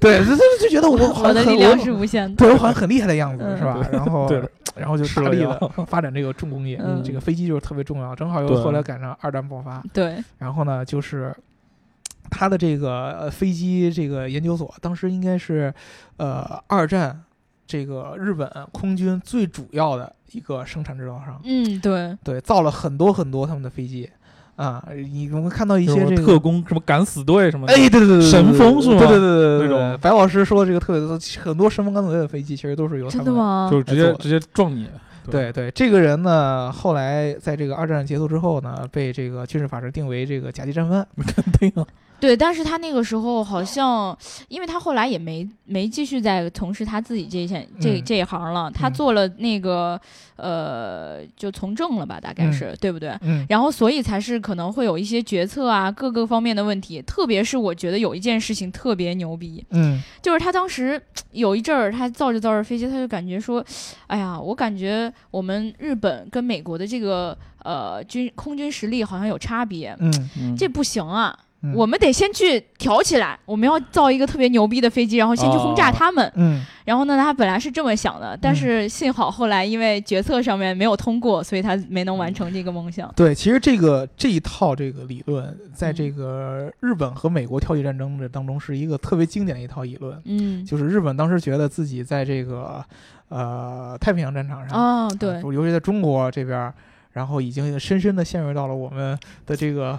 B: 对，他他就觉得我
A: 我
B: 很
A: 的
B: 很
A: 力量
B: 我
A: 是无限的。
B: 对我好像很厉害的样子，
A: 嗯
B: 是吧？然后
C: 对的
B: 然后就
C: 吃
B: 大
C: 了
B: 力
C: 药
B: 的发展这个重工业，
A: 嗯
B: 这个飞机就是特别重要。正好又
C: 对啊
B: 后来赶上二战爆发，
A: 对，
B: 然后呢，就是他的这个呃飞机这个研究所，当时应该是呃二战这个日本空军最主要的一个生产制造商，
A: 嗯，对，
B: 对，造了很多很多他们的飞机啊，你我们看到一些
C: 什么
B: 这
C: 特
B: 个。
C: 工什么敢死队什么的，
B: 哎，对对对对，对
C: 神风是吗
B: 对对对对
C: 那
B: 对
C: 种
B: 对，白老师说的这个特别多，很多神风敢死队的飞机其实都是由他
A: 真
B: 们
A: 的吗
C: 就？是直
B: 哎
C: 接
B: 做
C: 直接撞你，
B: 对对，这个人呢，后来在这个二战结束之后呢，被这个军事法庭定为这个甲级战犯。
C: 肯定啊，
A: 对，但是他那个时候好像，因为他后来也没没继续在从事他自己这一线这
B: 嗯
A: 这一行了，他
B: 嗯
A: 做了那个呃，就从政了吧，大概
B: 嗯
A: 是对不对？
B: 嗯
A: 然后所以才是可能会有一些决策啊，各个方面的问题。特别是我觉得有一件事情特别牛逼，
B: 嗯
A: 就是他当时有一阵儿，他造着造着飞机，他就感觉说，哎呀，我感觉我们日本跟美国的这个呃军空军实力好像有差别，
B: 嗯，
C: 嗯
A: 这不行啊。
B: 嗯
A: 我们得先去挑起来，我们要造一个特别牛逼的飞机，然后先去轰炸他们。
B: 嗯
A: 然后呢，他本来是这么想的，但是幸好后来因为决策上面没有通过，所以他没能完成这个梦想。
B: 对，其实这个这一套这个理论，在这
A: 嗯
B: 个日本和美国挑起战争的当中，是一个特别经典的一套理论，
A: 嗯，
B: 就是日本当时觉得自己在这个呃太平洋战场上，啊
A: 哦，对，
B: 尤其在中国这边儿，然后已经深深的陷入到了我们的这个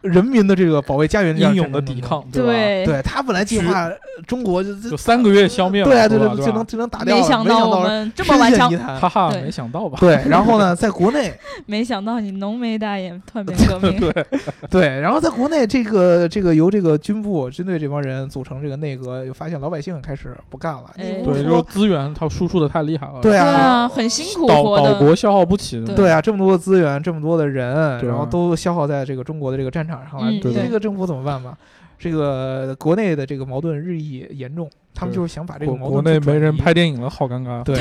B: 人民的这个保卫家园这样
C: 英勇嗯的
B: 战争
C: 抵
B: 当中。
C: 抗，吧？
A: 对，
B: 对他本来计划中国就
C: 就三个月消灭了，
B: 对啊，对
C: 对
B: 对
C: 吧，
B: 就能就能打掉
A: 没
B: 了，
A: 想到我们这么
B: 深
A: 顽
B: 陷
A: 强
B: 泥，潭
C: 哈哈，
A: 对
C: 没想到吧？
B: 对，然后呢，在国内
A: 没想到你浓眉大眼，突然变革命。
B: 对，然后在国内，这个这个由这个军部军队这帮人组成这个内阁，又发现老百姓开始不干了，
A: 哎
B: 你不
C: 对，就是
B: 说
C: 资源它输出的太厉害了，
B: 对
A: 对
B: 啊。
A: 啊，很辛苦
C: 岛
A: 活
C: 岛
A: 的。
C: 国消耗不起的，
A: 对
B: 对啊，这么多的资源，这么多的人，
C: 对啊
B: 然后都消耗在这个中国的这个战场上了。
A: 嗯
B: 你
C: 对
B: 这个政府怎么办吧？这个国内的这个矛盾日益严重，他们
C: 对
B: 就是想把这个
C: 国
B: 矛
C: 国
B: 盾
C: 内
B: 去转
C: 没人
B: 移
C: 拍电影了，好尴尬。啊
B: 对，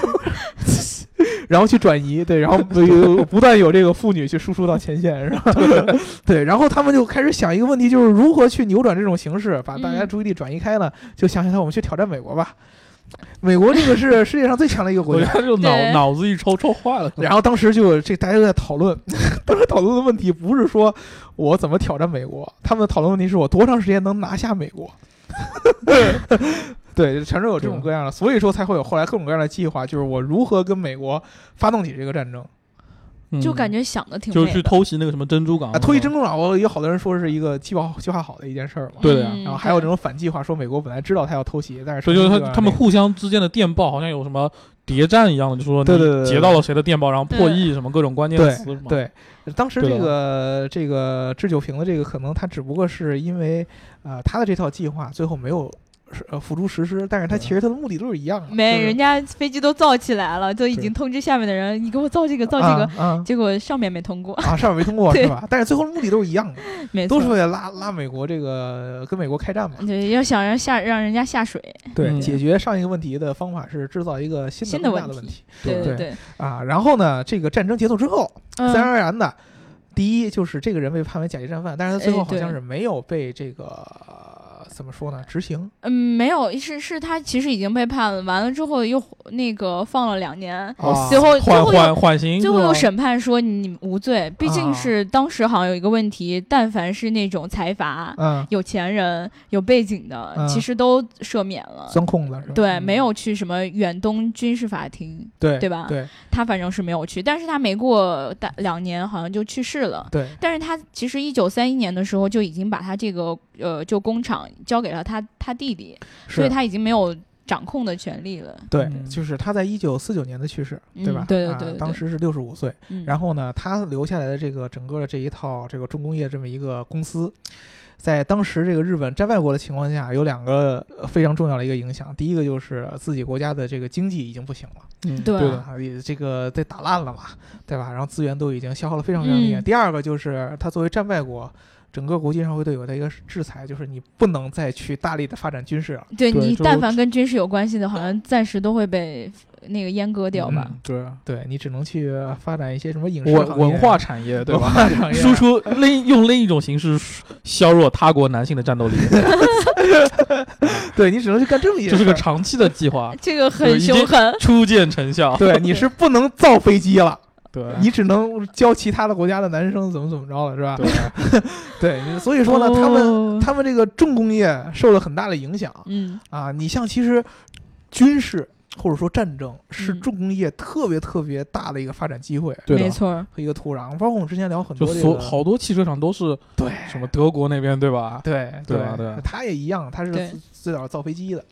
B: 然后去转移，对，然 后不不断有这个妇女去输出到前线，是吧？ 对，然后他们就开始想一个问题，就是如何去扭转这种形势，把大家
A: 嗯
B: 注意力转移开呢？就想想看，我们去挑战美国吧。美国这个是世界上最强的一个国
C: 我觉
B: 家
C: 得。他就脑
A: 对
C: 脑子一抽抽坏了，
B: 然后当时就这大家都在讨论， 当时讨论的问题不是说我怎么挑战美国，他们的讨论问题是我多长时间能拿下美 国。 对，全是有这种各样的，所以说才会有后来各种各样的计划，就是我如何跟美国发动起这个战争
C: 嗯
A: 就感觉想的挺
C: 就是
A: 美
C: 去
A: 的
C: 偷袭那个什么珍珠港
B: 啊。脱离
C: 是
B: 珍
C: 吧
B: 珠港，我有好多人说是一个计划计划好的一件事儿嘛。
C: 对的呀
A: 嗯
B: 然后还有这
A: 对
B: 种反计划，说美国本来知道他要偷袭，但是
C: 所以就是他
B: 成功地
C: 他们
B: 那个
C: 互相之间的电报好像有什么谍战一样的，就说
B: 对对对
C: 你
B: 对
C: 截到了谁的电报，然后破译什么各种关键词嘛。
B: 对，当时
C: 对
B: 这
C: 吧
B: 个这个智久平的这个，可能他只不过是因为呃他的这套计划最后没有实呃付诸实施，但是他
C: 对
B: 其实他的目的都是一样的，
A: 没，
B: 就是
A: 人家飞机都造起来了，就已
C: 对
A: 经通知下面的人，你给我造这个，造这个。
B: 啊啊
A: 结果上面没通 过，
B: 啊上面没通过
A: 对
B: 是吧？但是最后的目的都是一样的，
A: 没
B: 都是
A: 错。嗯
B: 为了拉拉美国这个跟美国开战嘛。
A: 对，要想让下让人家下水，
B: 对，
C: 嗯
B: 解决上一个问题的方法是制造一个新
A: 新
B: 的
A: 的
B: 更大的
A: 问
B: 问
A: 题
B: 题
A: 对
B: 对
A: 对，
B: 啊。然后呢，这个战争结束之后，自然
A: 嗯，
B: 而然的。第一就是这个人被判为甲级战犯，但是他最
A: 哎
B: 后好
A: 对
B: 像是没有被这个、呃怎么说呢执行。
A: 嗯，没有，是是他其实已经被判了，完了之后又那个放了两年，
B: 啊
A: 最后最
C: 缓
A: 后又
C: 缓缓刑，
A: 最后
C: 是吧
A: 又审判说你无罪，毕竟
B: 啊
A: 是当时好像有一个问题，但凡是那种财阀、
B: 嗯，
A: 有钱人、有背景的，
B: 嗯
A: 其实都赦免了。
B: 钻空子是吧？
A: 对，
C: 嗯
A: 没有去什么远东军事法庭，
B: 对
A: 对吧
B: 对
A: 他反正是没有去，但是他没过大两年，好像就去世了。
B: 对，
A: 但是他其实一九三一年的时候就已经把他这个呃，就工厂交给了他他弟弟，所以
B: 是。
A: 他已经没有掌控的权利了。
B: 对，
C: 嗯
B: 就是他在一九四九年的去世，对吧
A: 嗯？对对
B: 啊
A: 对对
B: 当时是六十五岁。
A: 嗯，
B: 然后呢，他留下来的这个整个的这一套这个重工业这么一个公司，在当时这个日本战败国的情况下，有两个呃非常重要的一个影响。第一个就是自己国家的这个经济已经不行了，
C: 嗯
A: 对
C: 对
A: 啊
C: 的，
B: 吧？也这个被打烂了嘛，对吧？然后资源都已经消耗的非常非常厉害。
A: 嗯
B: 第二个就是他作为战败国。整个国际社会对有的一个制裁，就是你不能再去大力的发展军事了。
A: 对
C: 对
A: 你
C: 就
A: 但凡跟军事有关系的，好像暂时都会被呃那个阉割掉吧。
B: 嗯
C: 对啊，
B: 对你只能去发展一些什么影视
C: 文
B: 行业
C: 文化产业对
B: 嗯文
C: 吧？
B: 化行业
C: 输出另用另一种形式削弱他国男性的战斗 力，
B: 对你只能去干这么一
C: 这是
B: 事
C: 个
B: 儿
C: 长期的计划，
A: 这个
C: 对
A: 很
C: 已
A: 凶
C: 经
A: 狠，
C: 初见成效。
B: 对，你是不能造飞机了，
C: 对，
B: 你只能教其他的国家的男生怎么怎么着了，是吧？
C: 对啊
B: 对，所以 说呢，他
C: 哦
B: 们
A: 们
B: 他们这个重工业受了很大的影响
A: 哦嗯
B: 啊。你像其实军事或者说战争是
A: 嗯
B: 重工业特别特别大的一个发展机会
C: 对
A: 没
C: 的，
A: 错儿，
B: 和一个土壤，包括我们之前聊很
C: 就
B: 多这个
C: 所好多汽车厂都是
B: 对
C: 什么德国那边对吧？
B: 对
C: 对吧对
B: 他也一样，他是
A: 对
B: 最最早造飞机的。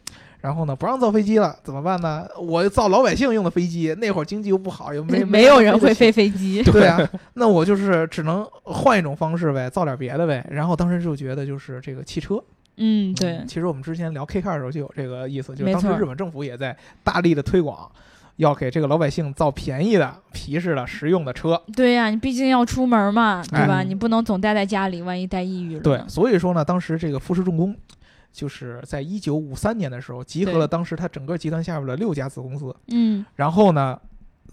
B: 然后呢，不让造飞机了，怎么办呢？我造老百姓用的飞机，那会儿经济又不 好，又没
A: 没有人会
B: 得起
A: 飞飞机。
B: 对啊，那我就是只能换一种方式呗，造点别的呗。然后当时就觉得就是这个汽车，
A: 嗯，对，
B: 其实我们之前聊 K car 的时候就有这个意思，就
A: 没
B: 是当时
A: 错
B: 日本政府也在大力的推广，要给这个老百姓造便宜的、皮实的、实用的车。
A: 对呀、你毕竟要出门嘛，对吧？
C: 哎
A: 你不能总待在家里，万一待抑郁了。
B: 对，，所以说呢，当时这个富士重工。就是在一九五三年的时候，集合了
A: 对
B: 当时它整个集团下边的六家子公司，
A: 嗯
B: 然后呢，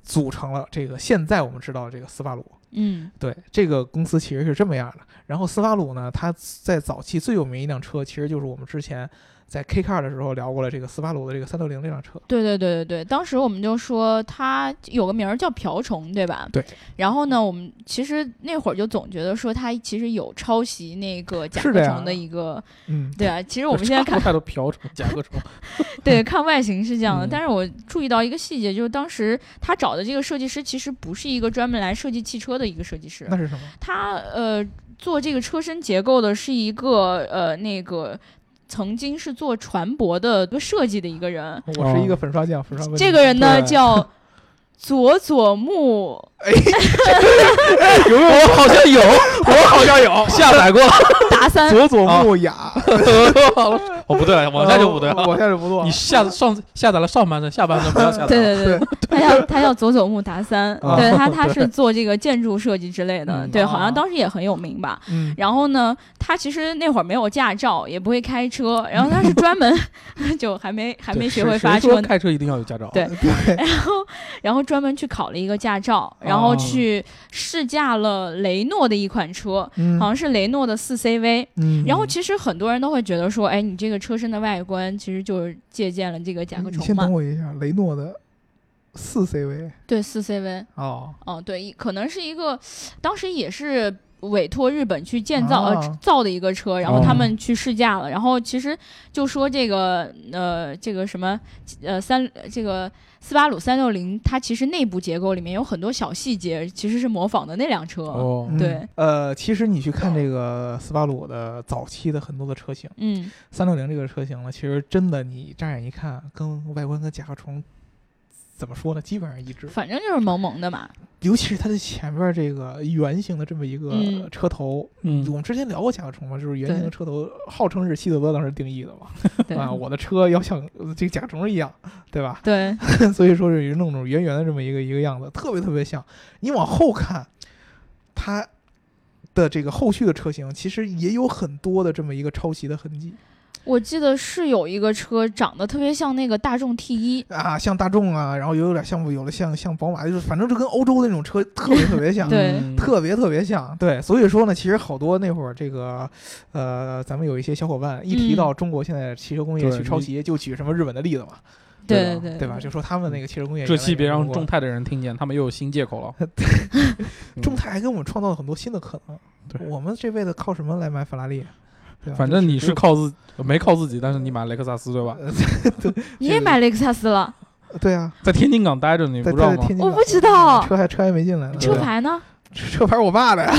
B: 组成了这个现在我们知道的这个斯巴鲁。
A: 嗯
B: 对，这个公司其实是这么样的。然后斯巴鲁呢，它在早期最有名一辆车，其实就是我们之前在 K Car 的时候聊过了这个斯巴鲁的这个三六零这辆车。
A: 对对对对对，当时我们就说它有个名儿叫瓢虫，对吧？
B: 对。
A: 然后呢，我们其实那会儿就总觉得说它其实有抄袭那个甲
B: 是
A: 壳
B: 的呀
A: 虫的一个，
B: 嗯，
A: 对啊。其实我们现 在看
C: 太多瓢虫、甲壳 虫，
A: 对，看外形是这样的，
C: 嗯
A: 但是我注意到一个细节，就是当时他找的这个设计师其实不是一个专门来设计汽车的一个设计师
B: 那，是什么？
A: 他呃做这个车身结构的是一个呃那个曾经是做船舶的一个设计的一个人，
B: 我是一个粉刷匠，粉刷问
A: 这个人呢
C: 对
A: 叫佐佐木，
B: 有没有？
C: 我好像有，我好像有 下载过。啊
A: 达三，
B: 佐佐木雅，
C: 哦，不对了，往下就不对
B: 往
C: 了。
B: 下就不 对了。
C: 哦你下上下载了上半身，下半身不要下载。
A: 对对对，他叫他叫佐佐木达三，
B: 啊
A: 对他他是做这个建筑设计之类的，
C: 嗯
A: 对，好
B: 啊
A: 像当时也很有名吧。
B: 嗯，
A: 然后呢，他其实那会儿没有驾照，也不会开车，然后他是专 门 就还没还没
C: 对
A: 学会
C: 谁谁
A: 发
C: 说
A: 车呢，
C: 开车一定要有驾照。啊
A: 对然后然后专门去考了一个驾照，然后
B: 哦
A: 去试驾了雷诺的一款车，好
B: 嗯
A: 像是雷诺的四 CV。
B: 嗯，
A: 然后其实很多人都会觉得说，哎，你这个车身的外观其实就是借鉴了这个甲壳
B: 嗯你先
A: 虫嘛
B: 等，我一下，雷诺的四 CV
A: 对，四 CV，
B: 哦，
A: 哦，对，一可能是一个当时也是委托日本去建造、
B: 啊
A: 呃造的一个车，然后他
C: 哦
A: 们去试驾了，然后其实就说这个呃这个什么呃三这个斯巴鲁三六零，它其实内部结构里面有很多小细节，其实是模仿的那辆车。
C: 哦，
B: 嗯
A: 对。
B: 呃，其实你去看这个斯巴鲁的早期的很多的车型。
A: 嗯，
B: 三六零这个车型呢，其实真的你乍眼一看，跟外观跟甲壳虫怎么说呢，基本上一致。
A: 反正就是萌萌的嘛。
B: 尤其是它的前面这个圆形的这么一个
A: 嗯
B: 车头，我
C: 嗯，
B: 们之前聊过甲壳虫嘛，就是圆形
A: 对
B: 的车头，号称是希特勒当时定义的嘛，
A: 对、
B: 啊，我的车 要像呃这个甲壳虫一样，对吧？
A: 对，
B: 所以说是弄种圆圆的这么一个一个样子，特别特别像。你往后看，它的这个后续的车型其实也有很多的这么一个抄袭的痕迹。
A: 我记得是有一个车长得特别像那个大众 T 一，
B: 啊，像大众啊，然后又有点像有的像像宝马，就是反正就跟欧洲那种车特别特别像，
A: 对
C: 嗯
B: 特别特别像。对，所以说呢，其实好多那会儿这个，呃，咱们有一些小伙伴一提
A: 嗯
B: 到中国现在汽车工业
C: 对
B: 去抄袭，就举什么日本的例子嘛，
A: 对
B: 吧
A: 对
B: 对吧？就说他们那个汽车工业
C: 这
B: 原来
C: 期
B: 也
C: 别
B: 是中
C: 让
B: 国
C: 众泰的人听见，他们又有新借口了。 嗯
B: 众泰还给我们创造了很多新的可能。
C: 对
B: 我们这辈子靠什么来买法拉利？啊对吧
C: 反正
B: 就
C: 你是
B: 只
C: 靠自没靠自己，但是你买雷克萨斯对吧？
A: 你也买雷克萨斯了？
B: 有 对啊，
C: 在天津港待着，你不
B: 在
C: 知道
B: 在
C: 吗？
B: 天津
A: 我
B: 港
A: 不知道
B: 车还车还没进来呢，
A: 车
B: 对
A: 牌呢？
B: 车牌我爸 的呀，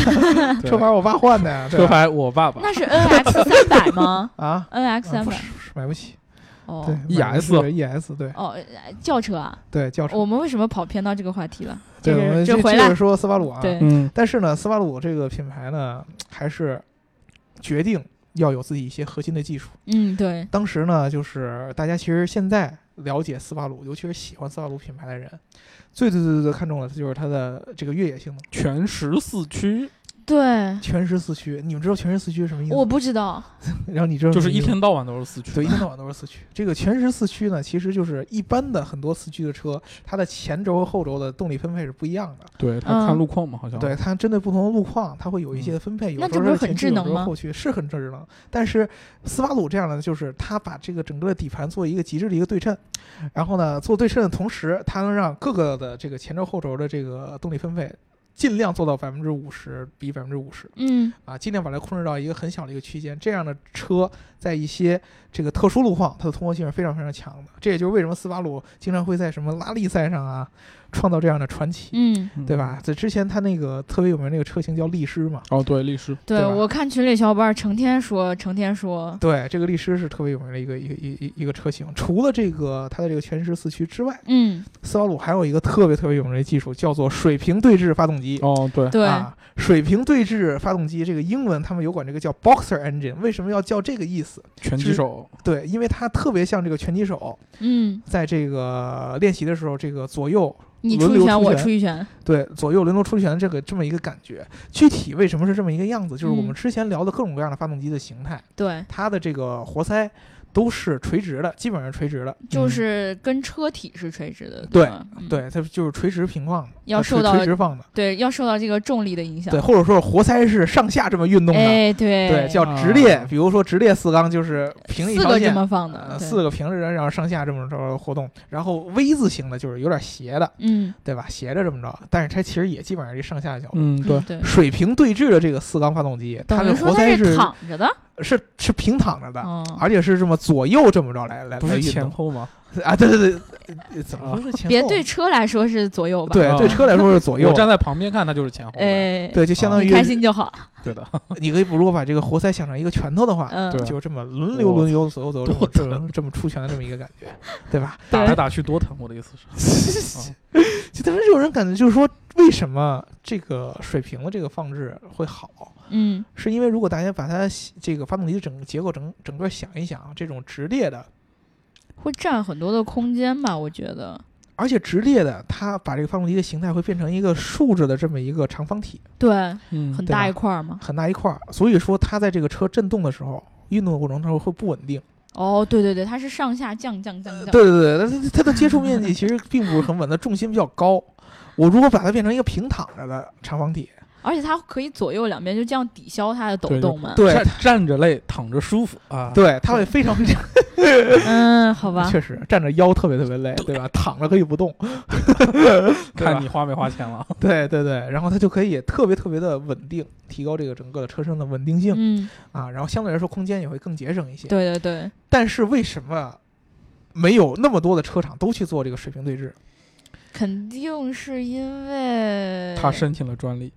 C: 对
B: 车牌我爸换的呀，对
C: 车
B: 吧
C: 牌我爸爸
A: 那是 NX 三百吗
B: 啊。
A: ？NX
B: 啊
A: 三
B: 不
A: 百
B: 是不是买不起，对
A: 哦
C: ，ES
B: ES E 对
A: 哦，轿车啊，
B: 对轿车，
A: 我们为什么跑偏到这个话题了？
B: 对
A: 这
B: 我
A: 个
B: 们
A: 这
B: 接
A: 回
B: 接
A: 来
B: 着说斯巴鲁啊，
A: 对
C: 嗯，
B: 但是呢，斯巴鲁这个品牌呢，还是决定要有自己一些核心的技术。
A: 嗯对，
B: 当时呢，就是大家其实现在了解斯巴鲁，尤其是喜欢斯巴鲁品牌的人，最最最最最看重的就是它的这个越野性能。
C: 全时四驱
A: 对，
B: 全时四驱，你们知道全时四驱是什么意思吗？
A: 我不知道，
B: 然后你知道
C: 就是一
B: 什么意思吗
C: 天到晚都是四驱，
B: 对，一天到晚都是四驱。这个全时四驱呢，其实就是一般的很多四驱的车，它的前轴和后轴的动力分配是不一样的。
C: 对，他
A: 嗯
C: 看路况嘛，好像
B: 对，它针对不同的路况，它会有一些分配，有
A: 那
B: 时
A: 这
B: 候
A: 不是
B: 是
A: 很
B: 前
A: 智
B: 驱，有
A: 能
B: 时候
A: 吗
B: 后驱，是很智能。但是斯巴鲁这样的，就是它把这个整个的底盘做一个极致的一个对称，然后呢，做对称的同时，它能让各个的这个前轴后轴的这个动力分配。尽量做到百分之五十比百分之五十
A: 嗯
B: 啊，尽量把它控制到一个很小的一个区间。这样的车在一些这个特殊路况，它的通过性是非常非常强的。这也就是为什么斯巴鲁经常会在什么拉力赛上啊，创造这样的传奇。
A: 嗯，
C: 嗯
B: 对？吧？在之前他那个特别有名那个车型叫力狮嘛，
C: 哦，对，律师，
A: 对
B: 对吧
A: 我看群里小伙伴成天说，成天说，
B: 对，这个力狮是特别有名的一个一个一一一个车型。除了这个它的这个全时四驱之外，
A: 嗯
B: 斯巴鲁还有一个特别特别有名的技术，叫做水平对置发动机。
C: 哦，对，
A: 对，
B: 啊，水平对置发动机这个英文他们有管这个叫 boxer engine，为什么要叫这个意思？
C: 拳击
B: 是
C: 手，
B: 对，因为它特别像这个拳击手，
A: 嗯，
B: 在这个练习的时候，这个左右
A: 你
B: 轮
A: 出一
B: 流
A: 拳，
B: 出
A: 我
B: 拳
A: 出一拳，
B: 对，左右轮流出拳的这个这么一个感觉。具体为什么是这么一个样子？就是我
A: 嗯
B: 们之前聊的各种各样的发动机的形态，
A: 对，
B: 它的这个活塞都是垂直的，基本上是垂直的。
A: 就
C: 嗯
A: 是跟车体是垂直的，
B: 对
A: 吧，嗯
B: 对，它就是垂直平放的，
A: 要
B: 呃
A: 受
B: 垂
A: 到
B: 垂直放的，
A: 对，要受到这个重力的影响
B: 对，，或者说活塞是上下这么运动的，
A: 哎，对
B: 对，叫直
C: 啊
B: 列。比如说直列四缸就是平一
A: 四
B: 条
A: 个这
B: 线，
A: 么放的，
B: 呃，
A: 对
B: 四个平着，然后上下这么着活动。然后 V 字形的就是有点斜的，
A: 嗯，
B: 对吧？斜着这么着，但是它其实也基本上是一上下角度。
C: 嗯，对
A: 嗯，对，
B: 水平对置的这个四缸发动机，它
A: 等
B: 的
A: 于说
B: 活
A: 它
B: 塞
A: 是
B: 是
A: 躺着的，
B: 是是平躺着的，
A: 嗯，
B: 而且是这么左右这么着来来
C: 不
B: 来
C: 是
B: 运
C: 前
B: 动
C: 后吗？
B: 啊，对对对呃，怎么
C: 啊
B: 说是前后？
A: 别对车来说是左右吧，
B: 对
C: 啊
B: 对车来说是左右
C: 我，站在旁边看，他就是前后的。
A: 哎，
B: 对，就相当
A: 你
B: 于
A: 开心就好，
C: 对的，
B: 你可以如果把这个活塞想成一个拳头的话，
A: 嗯，
C: 对
B: 就是这么轮流轮流左右左右
C: 多
B: 这么这么出拳的这么一个感觉，对吧？
C: 打来
A: 对，
C: 打去多疼，我的意思是，
B: 就但是有人感觉就是说，为什么这个水平的这个放置会好？
A: 嗯
B: 是因为如果大家把它这个发动机的整个结构整整个想一想，这种直列的，
A: 会占很多的空间吧，我觉得，
B: 而且直列的，它把这个发动机的形态会变成一个竖着的这么一个长方体，
A: 对，
C: 嗯
A: 很
B: 对
A: 大
B: 吧
A: 一块儿嘛。
B: 很大一块儿，所以说它在这个车震动的时候，运动的过程中会不稳定。
A: 哦，对对对，它是上下降降降降，
B: 呃对对对，它它的接触面积其实并不是很稳，它重心比较高。我如果把它变成一个平躺着的长方体，
A: 而且它可以左右两边就这样抵消它的抖
C: 对
A: 动嘛。
B: 对
C: 站站着累，躺着舒服啊。
B: 对，它会非常非常，
A: 嗯，好吧，
B: 确实站着腰特别特别累，对吧？躺着可以不动，对吧
C: 看你花没花钱了。
B: 对对对，然后它就可以特别特别的稳定，提高这个整个的车身的稳定性
A: 嗯，
B: 啊，然后相对来说空间也会更节省一些。
A: 对对对，
B: 但是为什么没有那么多的车厂都去做这个水平对置？
A: 肯定是因为
C: 他申请了专利，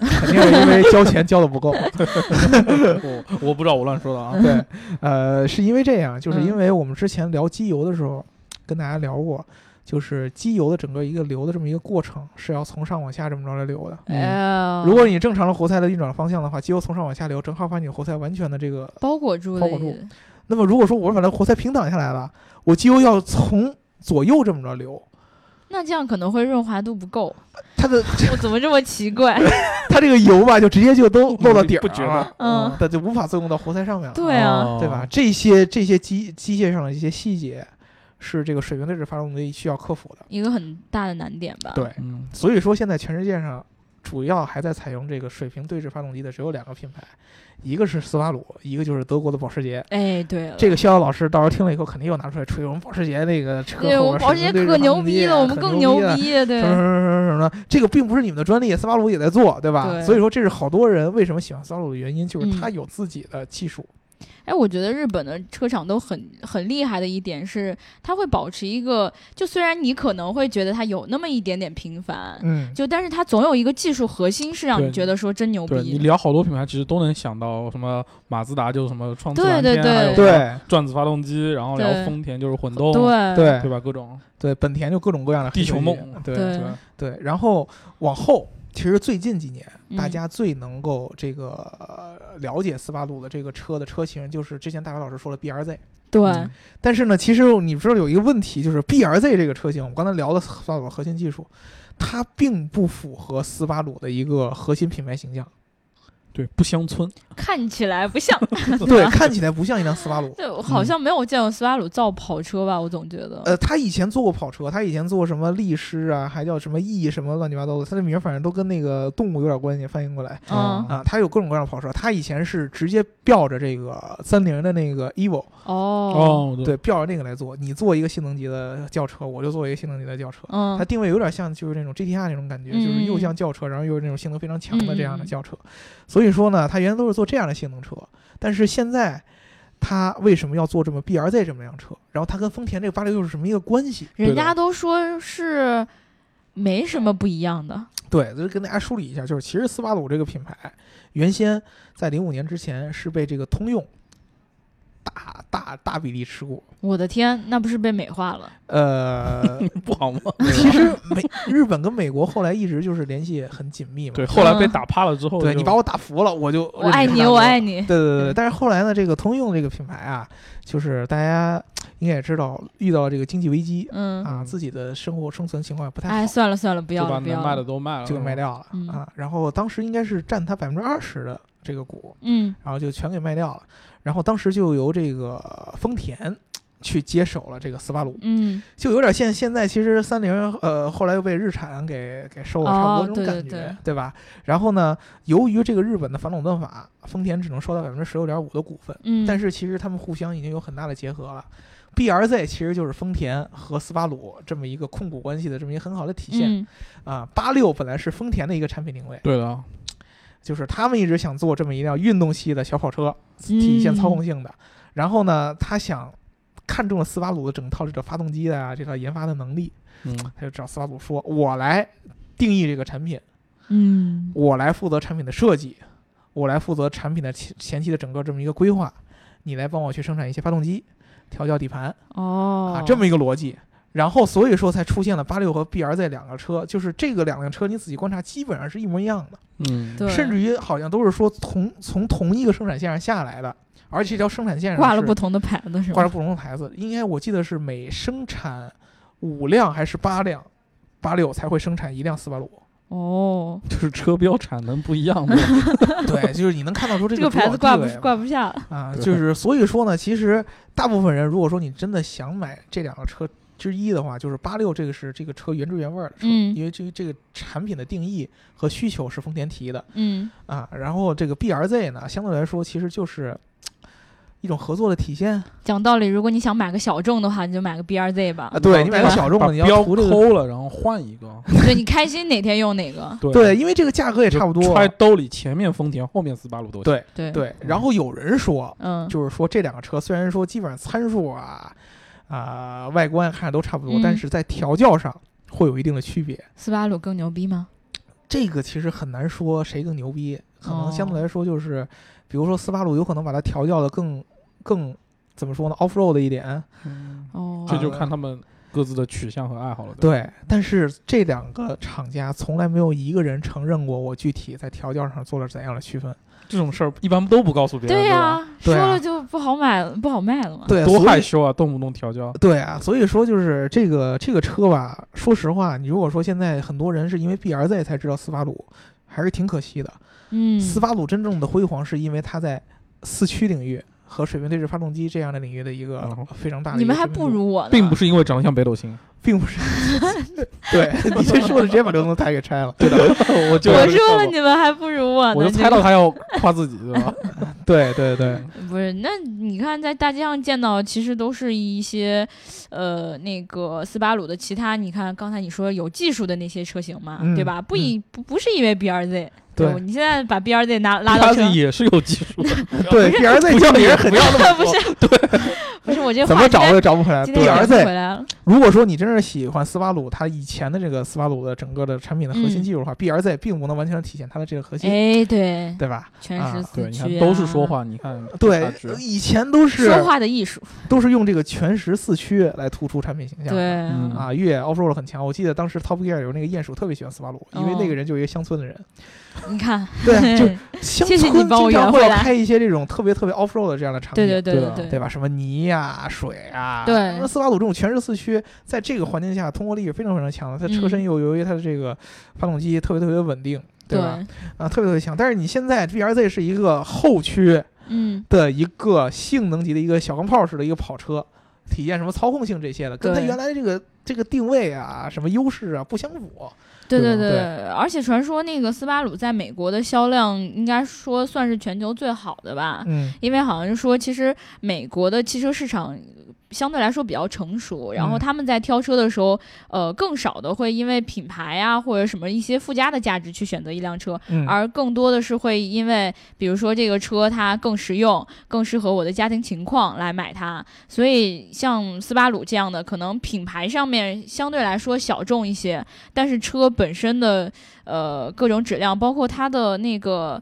B: 肯定是因为交钱交的不够。
C: 我我不知道，我乱说的 啊。
B: 对，呃，是因为这样，就是
A: 嗯
B: 因为我们之前聊机油的时候，跟大家聊过，就是机油的整个一个流的这么一个过程是要从上往下这么着来流的。
A: 哎呀，
B: 嗯如果你正常的活塞的运转方向的话，机油从上往下流，正好把你的活塞完全的这个。
A: 包裹住
B: 包
A: 了
B: 裹住
A: 也，
B: 那么如果说我把它活塞平躺下来了，我机油要从左右这么着流，
A: 那这样可能会润滑度不够。
B: 它的
A: 我怎么这么奇怪？
B: 它这个油吧，就直接就 都漏到底儿
C: 不觉
B: 上了
C: 得，
A: 嗯
B: 它就无法作用到活塞上面了，
A: 对啊
C: 啊哦
B: 对吧？？这些这些机机械上的一些细节，是这个水平对置发动机需要克服的。
A: 一个很大的难点吧。
B: 对，
C: 嗯，
B: 所以说现在全世界上主要还在采用这个水平对置发动机的只有两个品牌，一个是斯巴鲁，一个就是德国的保时捷。
A: 哎，对了，
B: 这个逍遥老师到时候听了以后，肯定又拿出来吹我们保时捷那个车后
A: 对
B: 边
A: 我们保时
B: 水
A: 捷
B: 平对置
A: 可
B: 发
A: 牛
B: 动
A: 逼
B: 机
A: 了，我们
B: 很
A: 更牛
B: 牛逼啊
A: 逼，对
B: 什么什么什么什么的，这个并不是你们的专利，斯巴鲁也在做，对吧？
A: 对
B: 所以说这是好多人为什么喜欢斯巴鲁的原因，就是它
A: 嗯
B: 有自己的技术。
A: 哎，我觉得日本的车厂都很很厉害的一点是，它会保持一个，就虽然你可能会觉得它有那么一点点平凡，
B: 嗯，
A: 就但是它总有一个技术核心是让
C: 对
A: 你觉得说真牛
C: 对你
A: 逼。
C: 聊好多品牌，其实都能想到什么马自达就是什么创自
A: 对
C: 然
A: 对
C: 天，还有
A: 对
C: 什么
B: 对
C: 转子发动机，然后聊
A: 对
C: 丰田就是混动，
A: 对
B: 对
C: 对吧？各种
B: 对，本田就各种各样的
C: 地球
B: 黑科技
C: 梦
B: 对
A: 对
C: 吧？
B: 对。然后往后，其实最近几年
A: 嗯
B: 大家最能够这个呃了解斯巴鲁的这个车的车型，就是之前大伟老师说了 BRZ。
A: 对，
C: 嗯
B: 但是呢，其实你知道有一个问题，就是 BRZ 这个车型，我们刚才聊了斯巴鲁的核心技术，它并不符合斯巴鲁的一个核心品牌形象。
C: 对，不乡村，
A: 看起来不像，
B: 对，看起来不像一辆斯巴鲁。
A: 对，我
C: 嗯
A: 好像没有见过斯巴鲁造跑车吧？我总觉得，
B: 呃，他以前做过跑车，他以前做过什么力狮啊，还叫什么翼什么乱七八糟的，他的名儿反正都跟那个动物有点关系，翻译过来
A: 嗯，
B: 啊。他有各种各样的跑车，他以前是直接吊着这个三菱的那个 Evo，
A: 哦，
C: 哦，，
B: 对，吊着那个来做。你做一个性能级的轿车，我就做一个性能级的轿车。
A: 嗯
B: 它，定位有点像就是那种 GTR 那种感觉，就是又像轿车，然后又是那种性能非常强的这样的轿车。所以说呢，它原来都是做这样的性能车，但是现在它为什么要做这么 BRZ 这么辆车？然后它跟丰田这个八六六是什么一个关系？
A: 人
C: 对的
A: 家都说是没什么不一样的，
B: 对，就是跟大家梳理一下，就是其实斯巴鲁这个品牌原先在零五年之前是被这个通用大大大比例持股。
A: 我的天，那不是被美化了？
B: 呃，
C: 不 好吗？
B: 其实美日本跟美国后来一直就是联系很紧密嘛。
C: 对，后来被
A: 嗯
C: 打趴了之后就，
B: 对你把我打服了，我就
A: 我爱你，我爱你，
B: 对对对，
A: 嗯
B: 但是后来呢，这个通用这个品牌啊，就是大家应该也知道，遇到这个经济危机
A: 嗯，
B: 啊，自己的生活生存情况也不太
A: 哎，
B: 好，
A: 算了算了，不
C: 就
A: 要
C: 把
A: 了，不
C: 能
A: 要
C: 卖的
A: 了，
C: 都卖了，
B: 就给卖。掉了
A: 嗯
B: 啊。然后当时应该是占它百分之二十的这个股，
A: 嗯，
B: 然后就全给卖掉了。然后当时就由这个丰田去接手了这个斯巴鲁，
A: 嗯，
B: 就有点像现在其实三菱呃后来又被日产给给收了，
A: 哦
B: 差不多这种
A: 对
B: 感
A: 对
B: 觉，
A: 对
B: 吧？然后呢，由于这个日本的反垄断法，丰田只能收到百分之十六点五的股份。
A: 嗯，
B: 但是其实他们互相已经有很大的结合了。BRZ 其实就是丰田和斯巴鲁这么一个控股关系的这么一个很好的体现
A: 嗯，
B: 啊。八六本来是丰田的一个产品定位，
C: 对的啊，
B: 就是他们一直想做这么一辆运动系的小跑车，体现操控性的。然后呢，他想看中了斯巴鲁的整套这个发动机的啊，这个研发的能力，
C: 嗯，
B: 他就找斯巴鲁说：“我来定义这个产品，
A: 嗯，
B: 我来负责产品的设计，我来负责产品的前前期的整个这么一个规划，你来帮我去生产一些发动机、调教底盘
A: 哦
B: 啊，，这么一个逻辑。然后所以说才出现了八六和 BRZ 两个车，就是这个两辆车你仔细观察，基本上是一模一样的，
C: 嗯，
A: 对，
B: 甚至于好像都是说同从同一个生产线上下来的，而且这条生产线上
A: 挂了
B: 是
A: 不同的牌子是吧？
B: 挂着不同的牌子，应该我记得是每生产五辆还是八辆，八六才会生产一辆斯巴 鲁。
A: 哦，
C: 就是车标产能不一 样嘛，
B: 对，就是你能看到说这
A: 这
B: 个
A: 个
B: 主导
A: 牌子挂
B: 地
A: 不
B: 位嘛
A: 挂不下了，
B: 啊，
C: 对
B: 就是所以说呢，其实大部分人如果说你真的想买这两个车之一的话，就是八六这个是这个车原汁原味儿的车，
A: 嗯
B: 因为这个这个产品的定义和需求是丰田提的
A: 嗯，
B: 啊。然后这个 BRZ 呢，相对来说其实就是一种合作的体现
C: 啊
A: 讲道理，如果你想买个小众的话，你就买个 BRZ 吧
B: 啊。，对你买个小众
C: 把
B: 的，你
C: 标
B: 要图这个
C: 抠了，然后换一个，
A: 对你开心哪天用哪个，
C: 对
B: 对，，因为这个价格也
C: 就
B: 差不多。
C: 揣兜里前面丰田，后面斯巴鲁都行
B: 对
A: 对，
B: 对，然后有人说
A: 嗯，
B: 就是说这两个车虽然说基本上参数啊、啊、外观看着都差不多，
A: 嗯
B: 但是在调教上会有一定的区别。
A: 斯巴鲁更牛逼吗？
B: 这个其实很难说谁更牛逼，可能
A: 哦
B: 相对来说就是，比如说斯巴鲁有可能把它调教的更更怎么说呢，off road 一点，
C: 嗯
A: 哦，
C: 这就看他们各自的取向和爱好了。吧，
B: 对，但是这两个厂家从来没有一个人承认过我具体在调教上做了怎样的区分。
C: 这种事儿一般都不告诉别人，
A: 对
C: 对
A: 呀、
C: 吧
A: 说
B: 对啊
A: 了就不好买了，不好卖了嘛。
B: 对，
C: 多
B: 所以
C: 害羞啊，动不动调教。
B: 对啊，所以说就是这个这个车吧，说实话，你如果说现在很多人是因为 BRZ 才知道斯巴鲁，还是挺可惜的。
A: 嗯，
B: 斯巴鲁真正的辉煌是因为它在四驱领域和水平对置发动机这样的领域的一个
C: 哦
B: 非常大的一
A: 你
B: 个
A: 们还
B: 知名
A: 不
B: 度
A: 如我呢，
C: 并不是因为长得像北斗星，
B: 并不是，对你这说的直接把刘能台给拆了。
C: 对的， 我就
A: 我说了，你们还不如我呢。
C: 我就
A: 这
C: 猜
A: 个
C: 到他要夸自己，对 吧？
B: 对对对，
A: 不是，那你看在大街上见到，其实都是一些，呃，那个斯巴鲁的其他，你看刚才你说有技术的那些车型嘛，
B: 嗯
A: 对吧？不以、不不是因为 BRZ，
B: 对
A: 吧你现在把 BRZ 拿 拉
C: 他
A: 到
C: 自
A: 车，
C: 己也是有技 术的，
B: 对 BRZ 教别人很
C: 不要那么
A: 不
C: 说
A: 是，不是我这
B: 怎
A: 话
B: 么
A: 今
B: 找
A: 天
B: 也找不回来。
A: 今天也
B: BRZ
A: 不回来了，
B: 如果说你真是喜欢斯巴鲁，它以前的这个斯巴鲁的整个的产品的核心技术的话、b r z 并不能完全体现它的这个核心，
A: 嗯哎，对，
B: 对吧？
A: 全
B: 啊
A: 是
C: 对，
A: 四
C: 你
A: 驱、
C: 看都是说，话，你看
B: 对
C: 差距，
B: 以前都是
A: 说话的艺术，
B: 都是用这个全时四驱来突出产品形象
A: 对，
B: 的。
C: 嗯
B: 啊，越野 off road 很强。我记得当时 Top Gear 有那个鼹鼠特别喜欢斯巴鲁，因为
A: 哦
B: 那个人就是一个乡村 的人，
A: 你看，哎
B: 对，就乡
A: 谢
B: 村
A: 谢你
B: 经
A: 帮我圆
B: 常
A: 回
B: 会要
A: 来
B: 开一些这种特别特别 off road 的这样的场景，
A: 对对对
C: 对啊
A: 对
B: 对吧？什么泥呀、水啊，
A: 对
B: 那斯巴鲁这种全是四驱，在这个环境下通过力是非常非常强的。它
A: 嗯
B: 车身又由于它的这个发动机特别特别稳定，对吧？
A: 对，
B: 啊，特别特别强。但是你现在 BRZ 是一个后驱
A: 嗯，
B: 的一个性能级的一个小钢炮式的一个跑车，体验什么操控性这些的，跟它
A: 对
B: 原来这个这个定位啊、什么优势啊不相符。
A: 对
C: 对
A: 对对，
C: 吧
B: 对
A: 而且传说那个斯巴鲁在美国的销量，应该说算是全球最好的吧，
B: 嗯，
A: 因为好像是说，其实美国的汽车市场。相对来说比较成熟，然后
B: 嗯
A: 他们在挑车的时候，呃，更少的会因为品牌啊或者什么一些附加的价值去选择一辆车，
B: 嗯
A: 而更多的是会因为，比如说这个车它更实用，更适合我的家庭情况来买它。所以像斯巴鲁这样的，可能品牌上面相对来说小众一些，但是车本身的呃各种质量，包括它的那个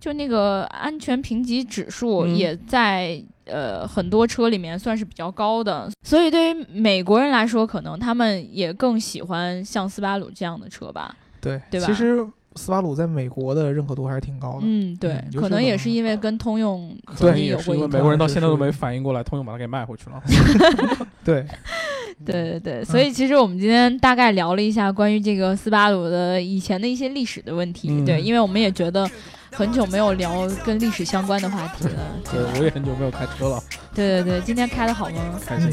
A: 就那个安全评级指数
B: 嗯
A: 也在。呃，很多车里面算是比较高的，所以对于美国人来说，可能他们也更喜欢像斯巴鲁这样的车吧。
B: 对
A: 对吧
B: 其实斯巴鲁在美国的认可度还是挺高的。
A: 嗯，对
B: 嗯，尤
A: 可
B: 其
A: 能
B: 是
A: 也
B: 可
A: 是
B: 能
A: 因为跟通用
C: 可
A: 曾
C: 能
A: 经
C: 也
A: 有
C: 是
A: 过
C: 因
A: 一
C: 为美
A: 段
C: 国人到现在都没反应过来，通用把它给卖回 去了。
B: 对，
A: 对对
C: 嗯
A: 对，所以其实我们今天大概聊了一下关于这个斯巴鲁的以前的一些历史的问题，
C: 嗯
A: 对，因为我们也觉得很久没有聊跟历史相关的话题了，
C: 对，我也很久没有开车了，
A: 对对对，今天开的好吗？
C: 开心。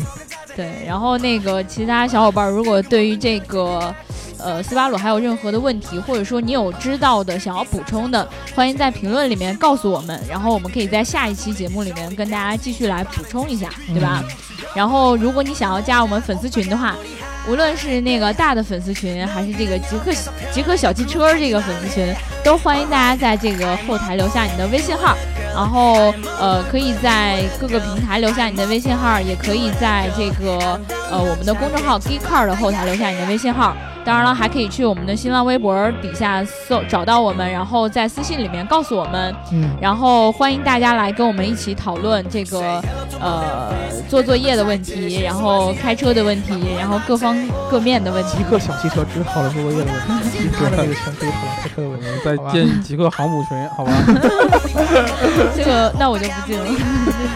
A: 对，然后那个其他小伙伴儿，如果对于这个呃斯巴鲁还有任何的问题，或者说你有知道的想要补充的，欢迎在评论里面告诉我们，然后我们可以在下一期节目里面跟大家继续来补充一下，对
C: 嗯
A: 吧？然后如果你想要加我们粉丝群的话。无论是那个大的粉丝群，还是这个极客极客小汽车这个粉丝群，都欢迎大家在这个后台留下你的微信号，然后呃，可以在各个平台留下你的微信号，也可以在这个呃我们的公众号 Geek Car 的后台留下你的微信号。当然了，还可以去我们的新浪微博底下搜找到我们，然后在私信里面告诉我们。
B: 嗯，
A: 然后欢迎大家来跟我们一起讨论这个呃做作业的问题，然后开车的问题，然后各方各面的问题
B: 极。客小汽车只讨论做作业的问题，其他的那个全可以讨论开车的
C: 我
B: 问题。
C: 们再
B: 好吧
C: 建极客航母群， 好吧？
A: 这个那我就不进了，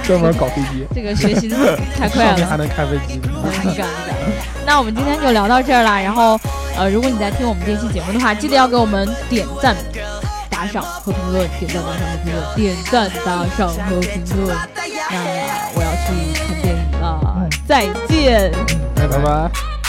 B: 专门搞飞机，
A: 这个学习的太快
C: 上
A: 了
C: 面。 还能开飞机。
A: 一感一感。那我们今天就聊到这儿了，然后呃，如果你在听我们这期节目的话，记得要给我们点赞、打赏和评论，点赞、打赏和评论，点赞、打赏和评论。呃那我要去看电影了，再见。
B: 拜
C: 拜
B: 拜。
C: 拜。